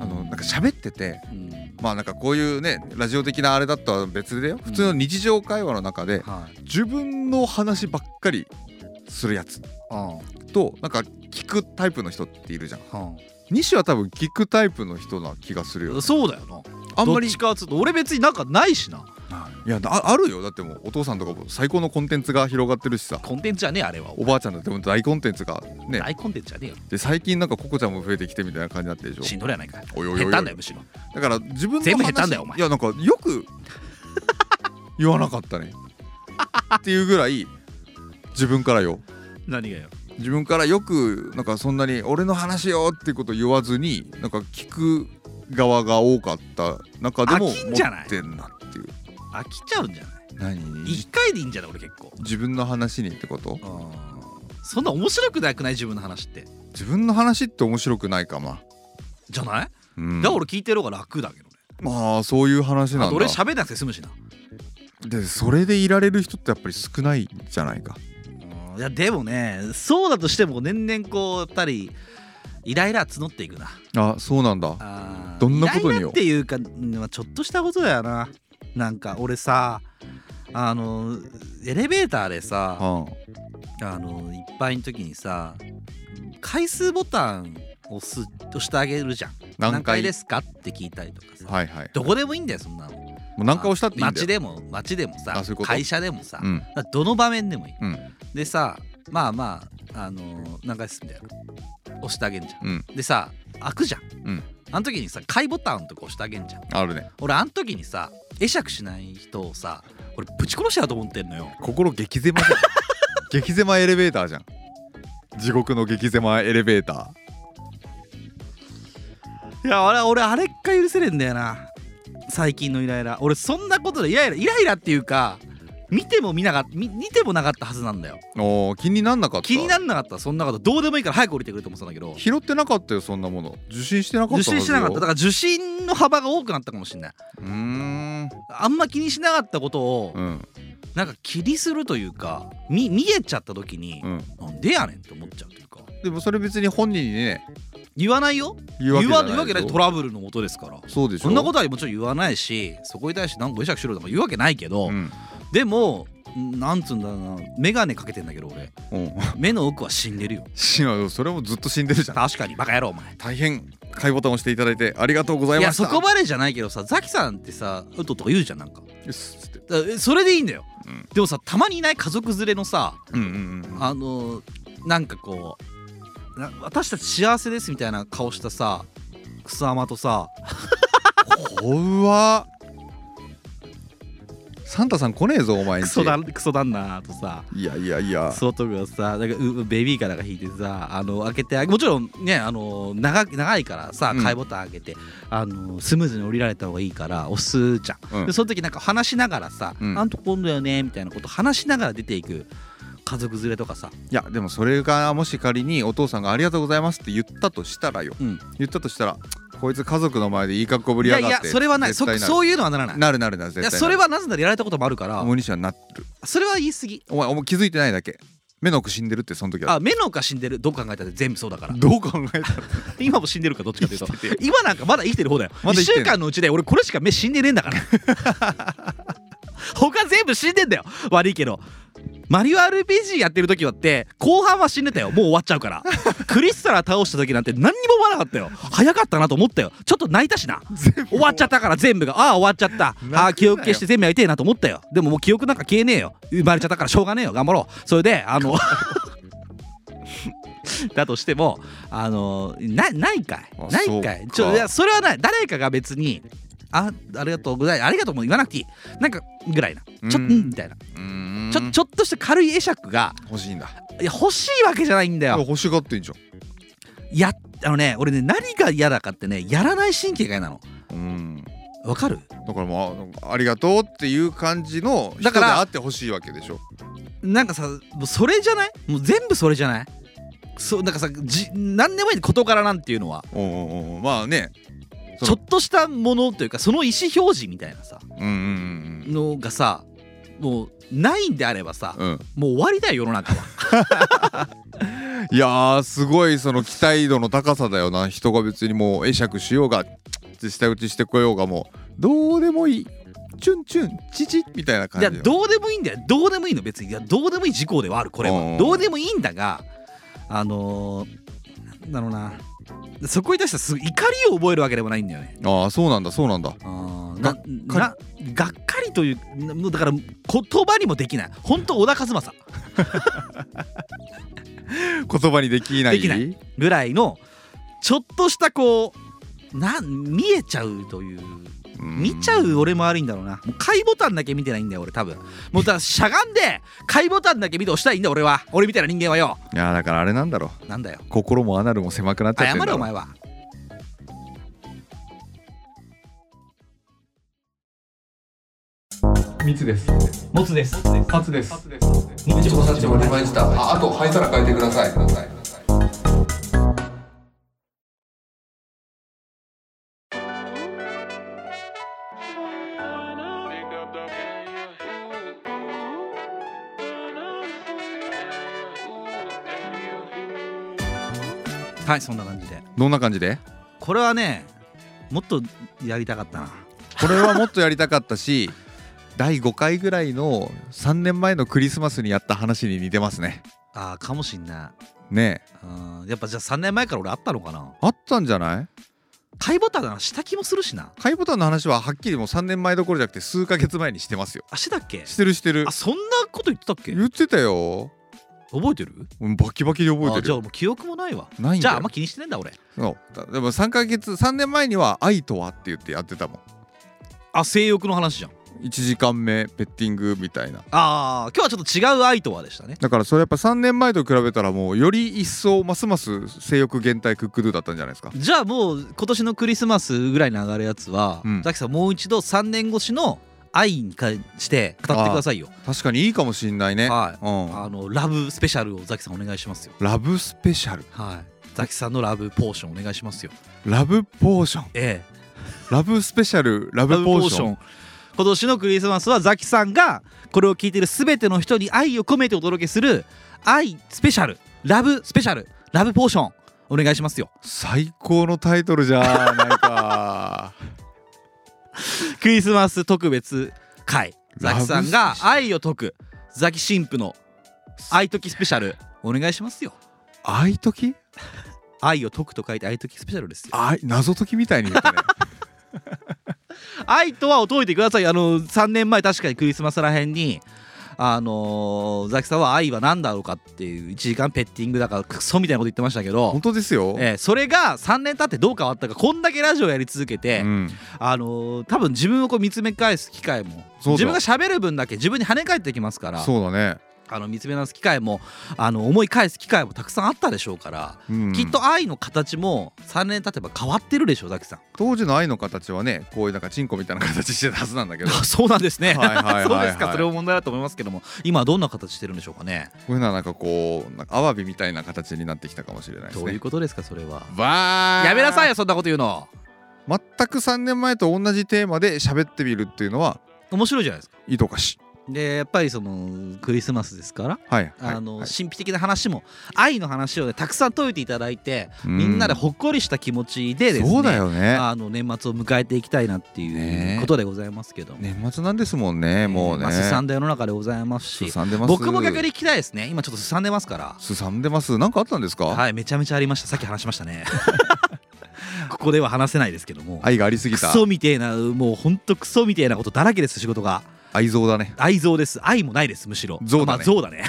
A: あのなんか喋ってて。
C: うん
A: まあなんかこういうねラジオ的なあれだったら別でよ普通の日常会話の中で
C: はい
A: 自分の話ばっかりするやつ
C: うん
A: となんか聞くタイプの人っているじゃん
C: うん
A: 西は多分聞くタイプの人な気がするよ
C: そうだよな
A: あんまり
C: どっちかっつうと俺別になんかないしない
A: やああるよだってもうお父さんとかも最高のコンテンツが広がってるしさ
C: コンテンツじゃねえあれは
A: おばあちゃんだってもう大コンテンツがね
C: 大コンテンツじゃねえよ
A: で最近なんかココちゃんも増えてきてみたいな感じになってるでし
C: し
A: ょ
C: んどいやないかい
A: おいおいおいおい
C: 減ったんだよむしろ
A: だから自分の話
C: 全部減ったんだよお前
A: いやなんかよく 言わなかったねっていうぐらい自分からよ
C: 何がよ
A: 自分からよくなんかそんなに俺の話よっていうこと言わずになんか聞く側が多かった中でも
C: 飽きんじゃない
A: 持ってんなっていう
C: 飽きちゃうんじゃない
A: 何
C: 一回でいいんじゃない俺結構
A: 自分の話にってこと
C: そんな面白くなくない自分の話って
A: 自分の話って面白くないかまあ、
C: じゃない、
A: うん
C: だから俺聞いてる方が楽だけどね
A: まあそういう話
C: あ
A: なん
C: と俺
A: だ
C: 喋んなくて済むしな
A: でそれでいられる人ってやっぱり少ないんじゃないか
C: いやでもねそうだとしても年々こうやっぱりイライラ募っていくな
A: あそうなんだ
C: あー
A: どんなことによ
C: イライラっていうかうんまあちょっとしたことだよななんか俺さあのエレベーターでさ
A: あ
C: あのいっぱいの時にさ回数ボタンを押す押してあげるじゃん
A: 何回
C: ですかって聞いたりとかさ、
A: はいはい
C: どこでもいいんだよそんなの
A: もう何回押したっていいんだよ
C: 街でも街でもさ
A: あそういうこと
C: 会社でもさ、
A: うん
C: だからどの場面でもいい、
A: うん
C: でさまあまああのー何回すんだよ押してあげんじゃん
A: うん
C: でさ開くじゃん、
A: うん
C: あの時にさ買いボタンとか押してあげんじゃん
A: あるね
C: 俺あの時にさ会釈しない人をさ俺ぶち殺しちゃうと思ってんのよ
A: 心激狭 じゃん激狭エレベーターじゃん地獄の激狭エレベータ
C: いや俺俺あれっか許せねえんだよな最近のイライラ俺そんなことでイライライライラっていうか見ても見なかっ見見てもなかったはずなんだよ
A: ーおー気になんなかった
C: 気になんなかったそんなことどうでもいいから早く降りてくると思ってたんだけど
A: 拾ってなかったよそんなもの受信してなかった
C: 受信してなかった
A: だ
C: だから受信の幅が多くなったかもしれないう
A: ーん
C: あんま気にしなかったことを
A: うん
C: なんか気にするというか見見えちゃった時に
A: う、ん
C: なんでやねんって思っちゃうというか
A: でもそれ別に本人にね
C: 言わないよ
A: 言うわけ
C: 言
A: じゃ
C: わ
A: ない
C: 言うわけない
A: ぞ
C: トラブルのもとですから
A: そうでしょ
C: そんなこととはもちろん言わないしそこに対して何か会釈しろとか言うわけないけど、
A: うん
C: でもんなんつうんだろうな眼鏡かけてんだけど 俺
A: うん
C: 目の奥は死んでるよ
A: 死はそれもずっと死んでるじゃん
C: 確かにバカ野郎お前
A: 大変買いボタンを押していただいてありがとうござい
C: い
A: ま
C: や
A: した
C: そこまでじゃないけどさザキさんってさウトとか言うじゃんなんか
A: よしつって
C: だえそれでいいんだよ、
A: うん
C: でもさたまにいない家族連れのさ
A: うんうんうん
C: あのーなんかこうな私たち幸せですみたいな顔したさクソアマとさ
A: 怖っサンタさん来ねえぞお前ん
C: ク
A: ち
C: ソだクソ旦那とさ
A: いやいやいや
C: 外がさなんかううベビーカーなんか引いてさあの開けてもちろんねあの長長いからさ
A: うん
C: 買いボタン開けて、あのスムーズに降りられた方がいいから押すじゃん、
A: うん
C: でその時なんか話しながらさ「
A: うん
C: あんとこんだよね」みたいなこと話しながら出ていく家族連れとかさ、
A: いやでもそれがもし仮にお父さんがありがとうございますって言ったとしたらよ
C: うん、
A: 言ったとしたらこいつ家族の前でいい格好ぶりやがっ
C: い
A: て
C: やいやそれはない
A: 絶
C: そ
A: 対
C: そういうのはならない
A: なるなるなる絶
C: い
A: 対
C: や
A: なる
C: それはなぜならやられたこともあるから
A: 大西はなってる
C: それは言い過ぎ
A: お前お前気づいてないだけ目の奥死んでるってその時は
C: あ目の丘死んでるどう考えたって全部そう だから
A: どう考 えたら
C: 今も死んでるかどっちかとい うと
A: 生きてて
C: 今なんかまだ生きてる方だよ、
A: まだ生
C: 1
A: きてる
C: 週間のうちで俺これしか目死んでねえんだから 他全部死んでんだよ悪いけどマリオ RPG やってる時はって後半は死んでたよもう終わっちゃうから クリスタラ倒した時なんて何にも思わなかったよ早かったなと思ったよちょっと泣いたしな終わっちゃったから全部がああ終わっちゃった
A: 泣くなよ
C: ああ記憶消して全部やりてえなと思ったよでももう記憶なんか消えねえよ生まれちゃったからしょうがねえよ頑張ろうそれで あのだとしてもあのなないか
A: あ
C: いないか
A: そう
C: い
A: か
C: ちょいやそれはない誰かが別にあありがとうございますありがとうも言わなくていいなんかぐらいなちょ
A: うん
C: っみたいな
A: うーん
C: ちょちょっとした軽い会釈が
A: 欲しいんだ
C: いや欲しいわけじゃないんだよ
A: 欲しがってんじゃ
C: やあのね俺ね何が嫌だかってねやらない神経が嫌なの
A: んうん
C: わかる
A: だからまあありがとうっていう感じの人
C: だ
A: で
C: から
A: あってほしいわけでしょ
C: なんかさもうそれじゃないもう全部それじゃないそうなんかさじ何でもいい事柄なんていうのは
A: おうおうおうまあね
C: ちょっとしたものというかその意思表示みたいなさ
A: うんうん
C: のがさもうないんであればさ
A: うんうん
C: もう終わりだよ世の中は
A: いやーすごいその期待度の高さだよな人が別にもう会釈しようがチッ下打ちしてこようがもうどうでもいいチュンチュンチチッみたいな感
C: い
A: じ
C: やどうでもいいんだよどうでもいいの別にいやどうでもいい事項ではあるこれ
A: うん
C: はどうでもいいんだがあのー、なんだろうなそこに対してはすごい怒りを覚えるわけでもないんだよね
A: ああそうなんだそうなんだ
C: あー
A: が
C: なながっかりというなもうだから言葉にもできない本当小田和正
A: 言葉にできない
C: できなぐらいのちょっとしたこうなん見えちゃうという見ちゃう俺も悪いんだろうなもう買いボタンだけ見てないんだよ俺多分もうだからしゃがんで買いボタンだけ見て押したらいいんだ俺は俺みたいな人間はよ
A: いやだからあれなんだろ
C: なんだよ
A: う心もアナルも狭くなっちゃって
C: 謝
A: んだ
C: れ
A: ろ
C: お前は
A: 三つです
C: もつです
A: 初です
C: 日常社長
A: ましたああと灰皿変えてください
C: はいそんな感じで
A: どんな感じで
C: これはねもっとやりたかったな
A: これはもっとやりたかったし第5回ぐらいの3年前のクリスマスにやった話に似てますね
C: あーかもしんない
A: ねえ
C: うんやっぱじゃあ3年前から俺あったのかな
A: あったんじゃない
C: 買いボタンならした気もするしな
A: 買いボタンの話ははっきりもう3年前どころじゃなくて数ヶ月前にしてますよ
C: あしてたっけ
A: してるしてる
C: あそんなこと言ってたっけ
A: 言ってたよ
C: 覚えてる
A: うんバキバキに覚えて
C: あ
A: る
C: じゃあもう記憶もないわ
A: ないんだよ
C: じゃああんま気にしてねえんだ俺
A: そうでも3ヶ月3年前には「愛とは」って言ってやってたもん
C: あ性欲の話じゃん
A: 1時間目ペッティングみたいな
C: ああ今日はちょっと違う愛とはでしたね
A: だからそれやっぱ3年前と比べたらもうより一層ますます性欲減退クックドゥだったんじゃないですか
C: じゃあもう今年のクリスマスぐらいに上がるやつは、
A: うん
C: ザキさんもう一度3年越しの愛に関して語ってくださいよ
A: 確かにいいかもしんないね、
C: は
A: うん、
C: あのラブスペシャルをザキさんお願いしますよ
A: ラブスペシャル
C: はいザキさんのラブポーションお願いしますよ
A: ラブポーション
C: ええ
A: ラブスペシャルラブポーション
C: 今年のクリスマスはザキさんがこれを聞いてる全ての人に愛を込めてお届けする愛スペシャルラブスペシャルラブポーションお願いしますよ
A: 最高のタイトルじゃんなんか
C: クリスマス特別会ザキさ
A: ラブ
C: んが
A: スペシャル
C: 愛を解くザキ神父の愛解きスペシャルお願いしますよ
A: 愛解き
C: 愛を解くと書いて愛解きスペシャルですよ
A: 愛謎解きみたいに言 ったね
C: 愛とはを解いてくださいあの3年前確かにクリスマスらへんにあのー、ザキさんは愛は何だろうかっていう1時間ペッティングだからクソみたいなこと言ってましたけど
A: 本、当ですよ、
C: ええそれが3年経ってどう変わったかこんだけラジオやり続けて、
A: うん、
C: あのー多分自分をこう見つめ返す機会も
A: そうだ
C: 自分が喋る分だけ自分に跳ね返ってきますから
A: そうだね、
C: あの見つめ直す機会もあの思い返す機会もたくさんあったでしょうから、
A: うん、
C: きっと愛の形も3年経てば変わってるでしょザキさん。
A: 当時の愛の形はねこういうなんかチンコみたいな形してたはずなんだ けど
C: そうなんです
A: は
C: ね。
A: いはいはいはい
C: そうですかそれも問題だと思いますけども今はどんな形してるんでしょうかね。
A: こういうのはなんかこうなんかアワビみたいな形になってきたかもしれないです
C: どうい
A: ね
C: うことですかそれは。
A: バーン
C: やめなさいよそんなこと言うの。
A: 全く3年前と同じテーマで喋ってみるっていうのは
C: 面白いじゃないですか
A: いとかし
C: でやっぱりそのクリスマスですから
A: はいはい
C: あの、
A: はい
C: 神秘的な話も愛の話をねたくさん解いていただいてみんなでほっこりした気持ちでですね
A: そうだよね
C: あの年末を迎えていきたいなってい
A: ね
C: うことでございますけども、
A: 年末なんですもんねもうね
C: まあ、すさんだ世の中でございますし
A: すさんでます
C: 僕も逆に聞きたいですね今ちょっとすさんでますか
A: すさんでますなんかあったんですから
C: はいめちゃめちゃありましたさっき話しまし たねここでは話せないですけども、
A: 愛がありすぎ
C: ク
A: た
C: ソみてえなもうほんとクソみてえなことだらけです仕事が
A: 愛憎だね
C: 愛憎です愛もないですむしろ
A: 憎だね
C: まあ、憎 だね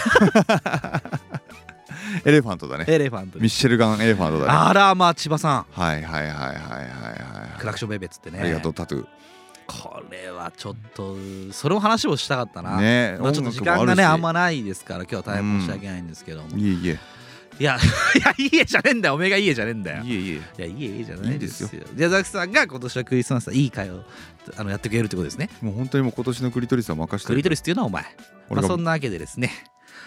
A: エレファントだね
C: エレファント
A: ミッシェルガンエレファントだね
C: あらまあ千葉さん
A: はいはいはいはいはいはい
C: クラクションベイベーっつってね
A: ありがとうタトゥ
C: これはちょっとその話をしたかったな、
A: ーね
C: まあ、ちょっと時間がね
A: 音楽もるし
C: あんまないですから今日は大変申し訳ないんですけども、い
A: いえいえ
C: や いやいいえじゃねえんだよおめえがいいえじゃねえんだよい
A: いえいえ
C: やいいえいいえじゃないですよじゃあザクさんが今年はクリスマスいい会をあのやってくれるってことですね
A: もう本当にもう今年のクリトリスは任せ
C: ク
A: て
C: リトリスっていうのはお前、ま
A: 俺
C: あ、
A: が
C: そんなわけでですね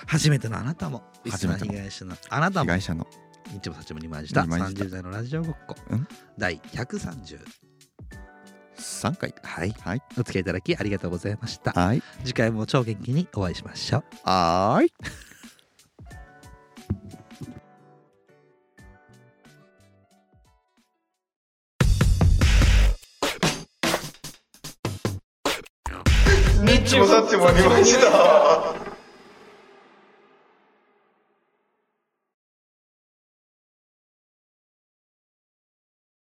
C: 初めてのあなたもリスナー
A: 初めての
C: 被害者のあなた
A: 被
C: も
A: 害者の
C: 日もさちもにまじた
A: 二枚舌
C: 30代のラジオごっこ
A: うん
C: 第130
A: 3回
C: はい
A: はい
C: お付き合いいただきありがとうございました
A: はい
C: 次回も超元気にお会いしましょう
A: はーい
D: ニッチもサッチもありました。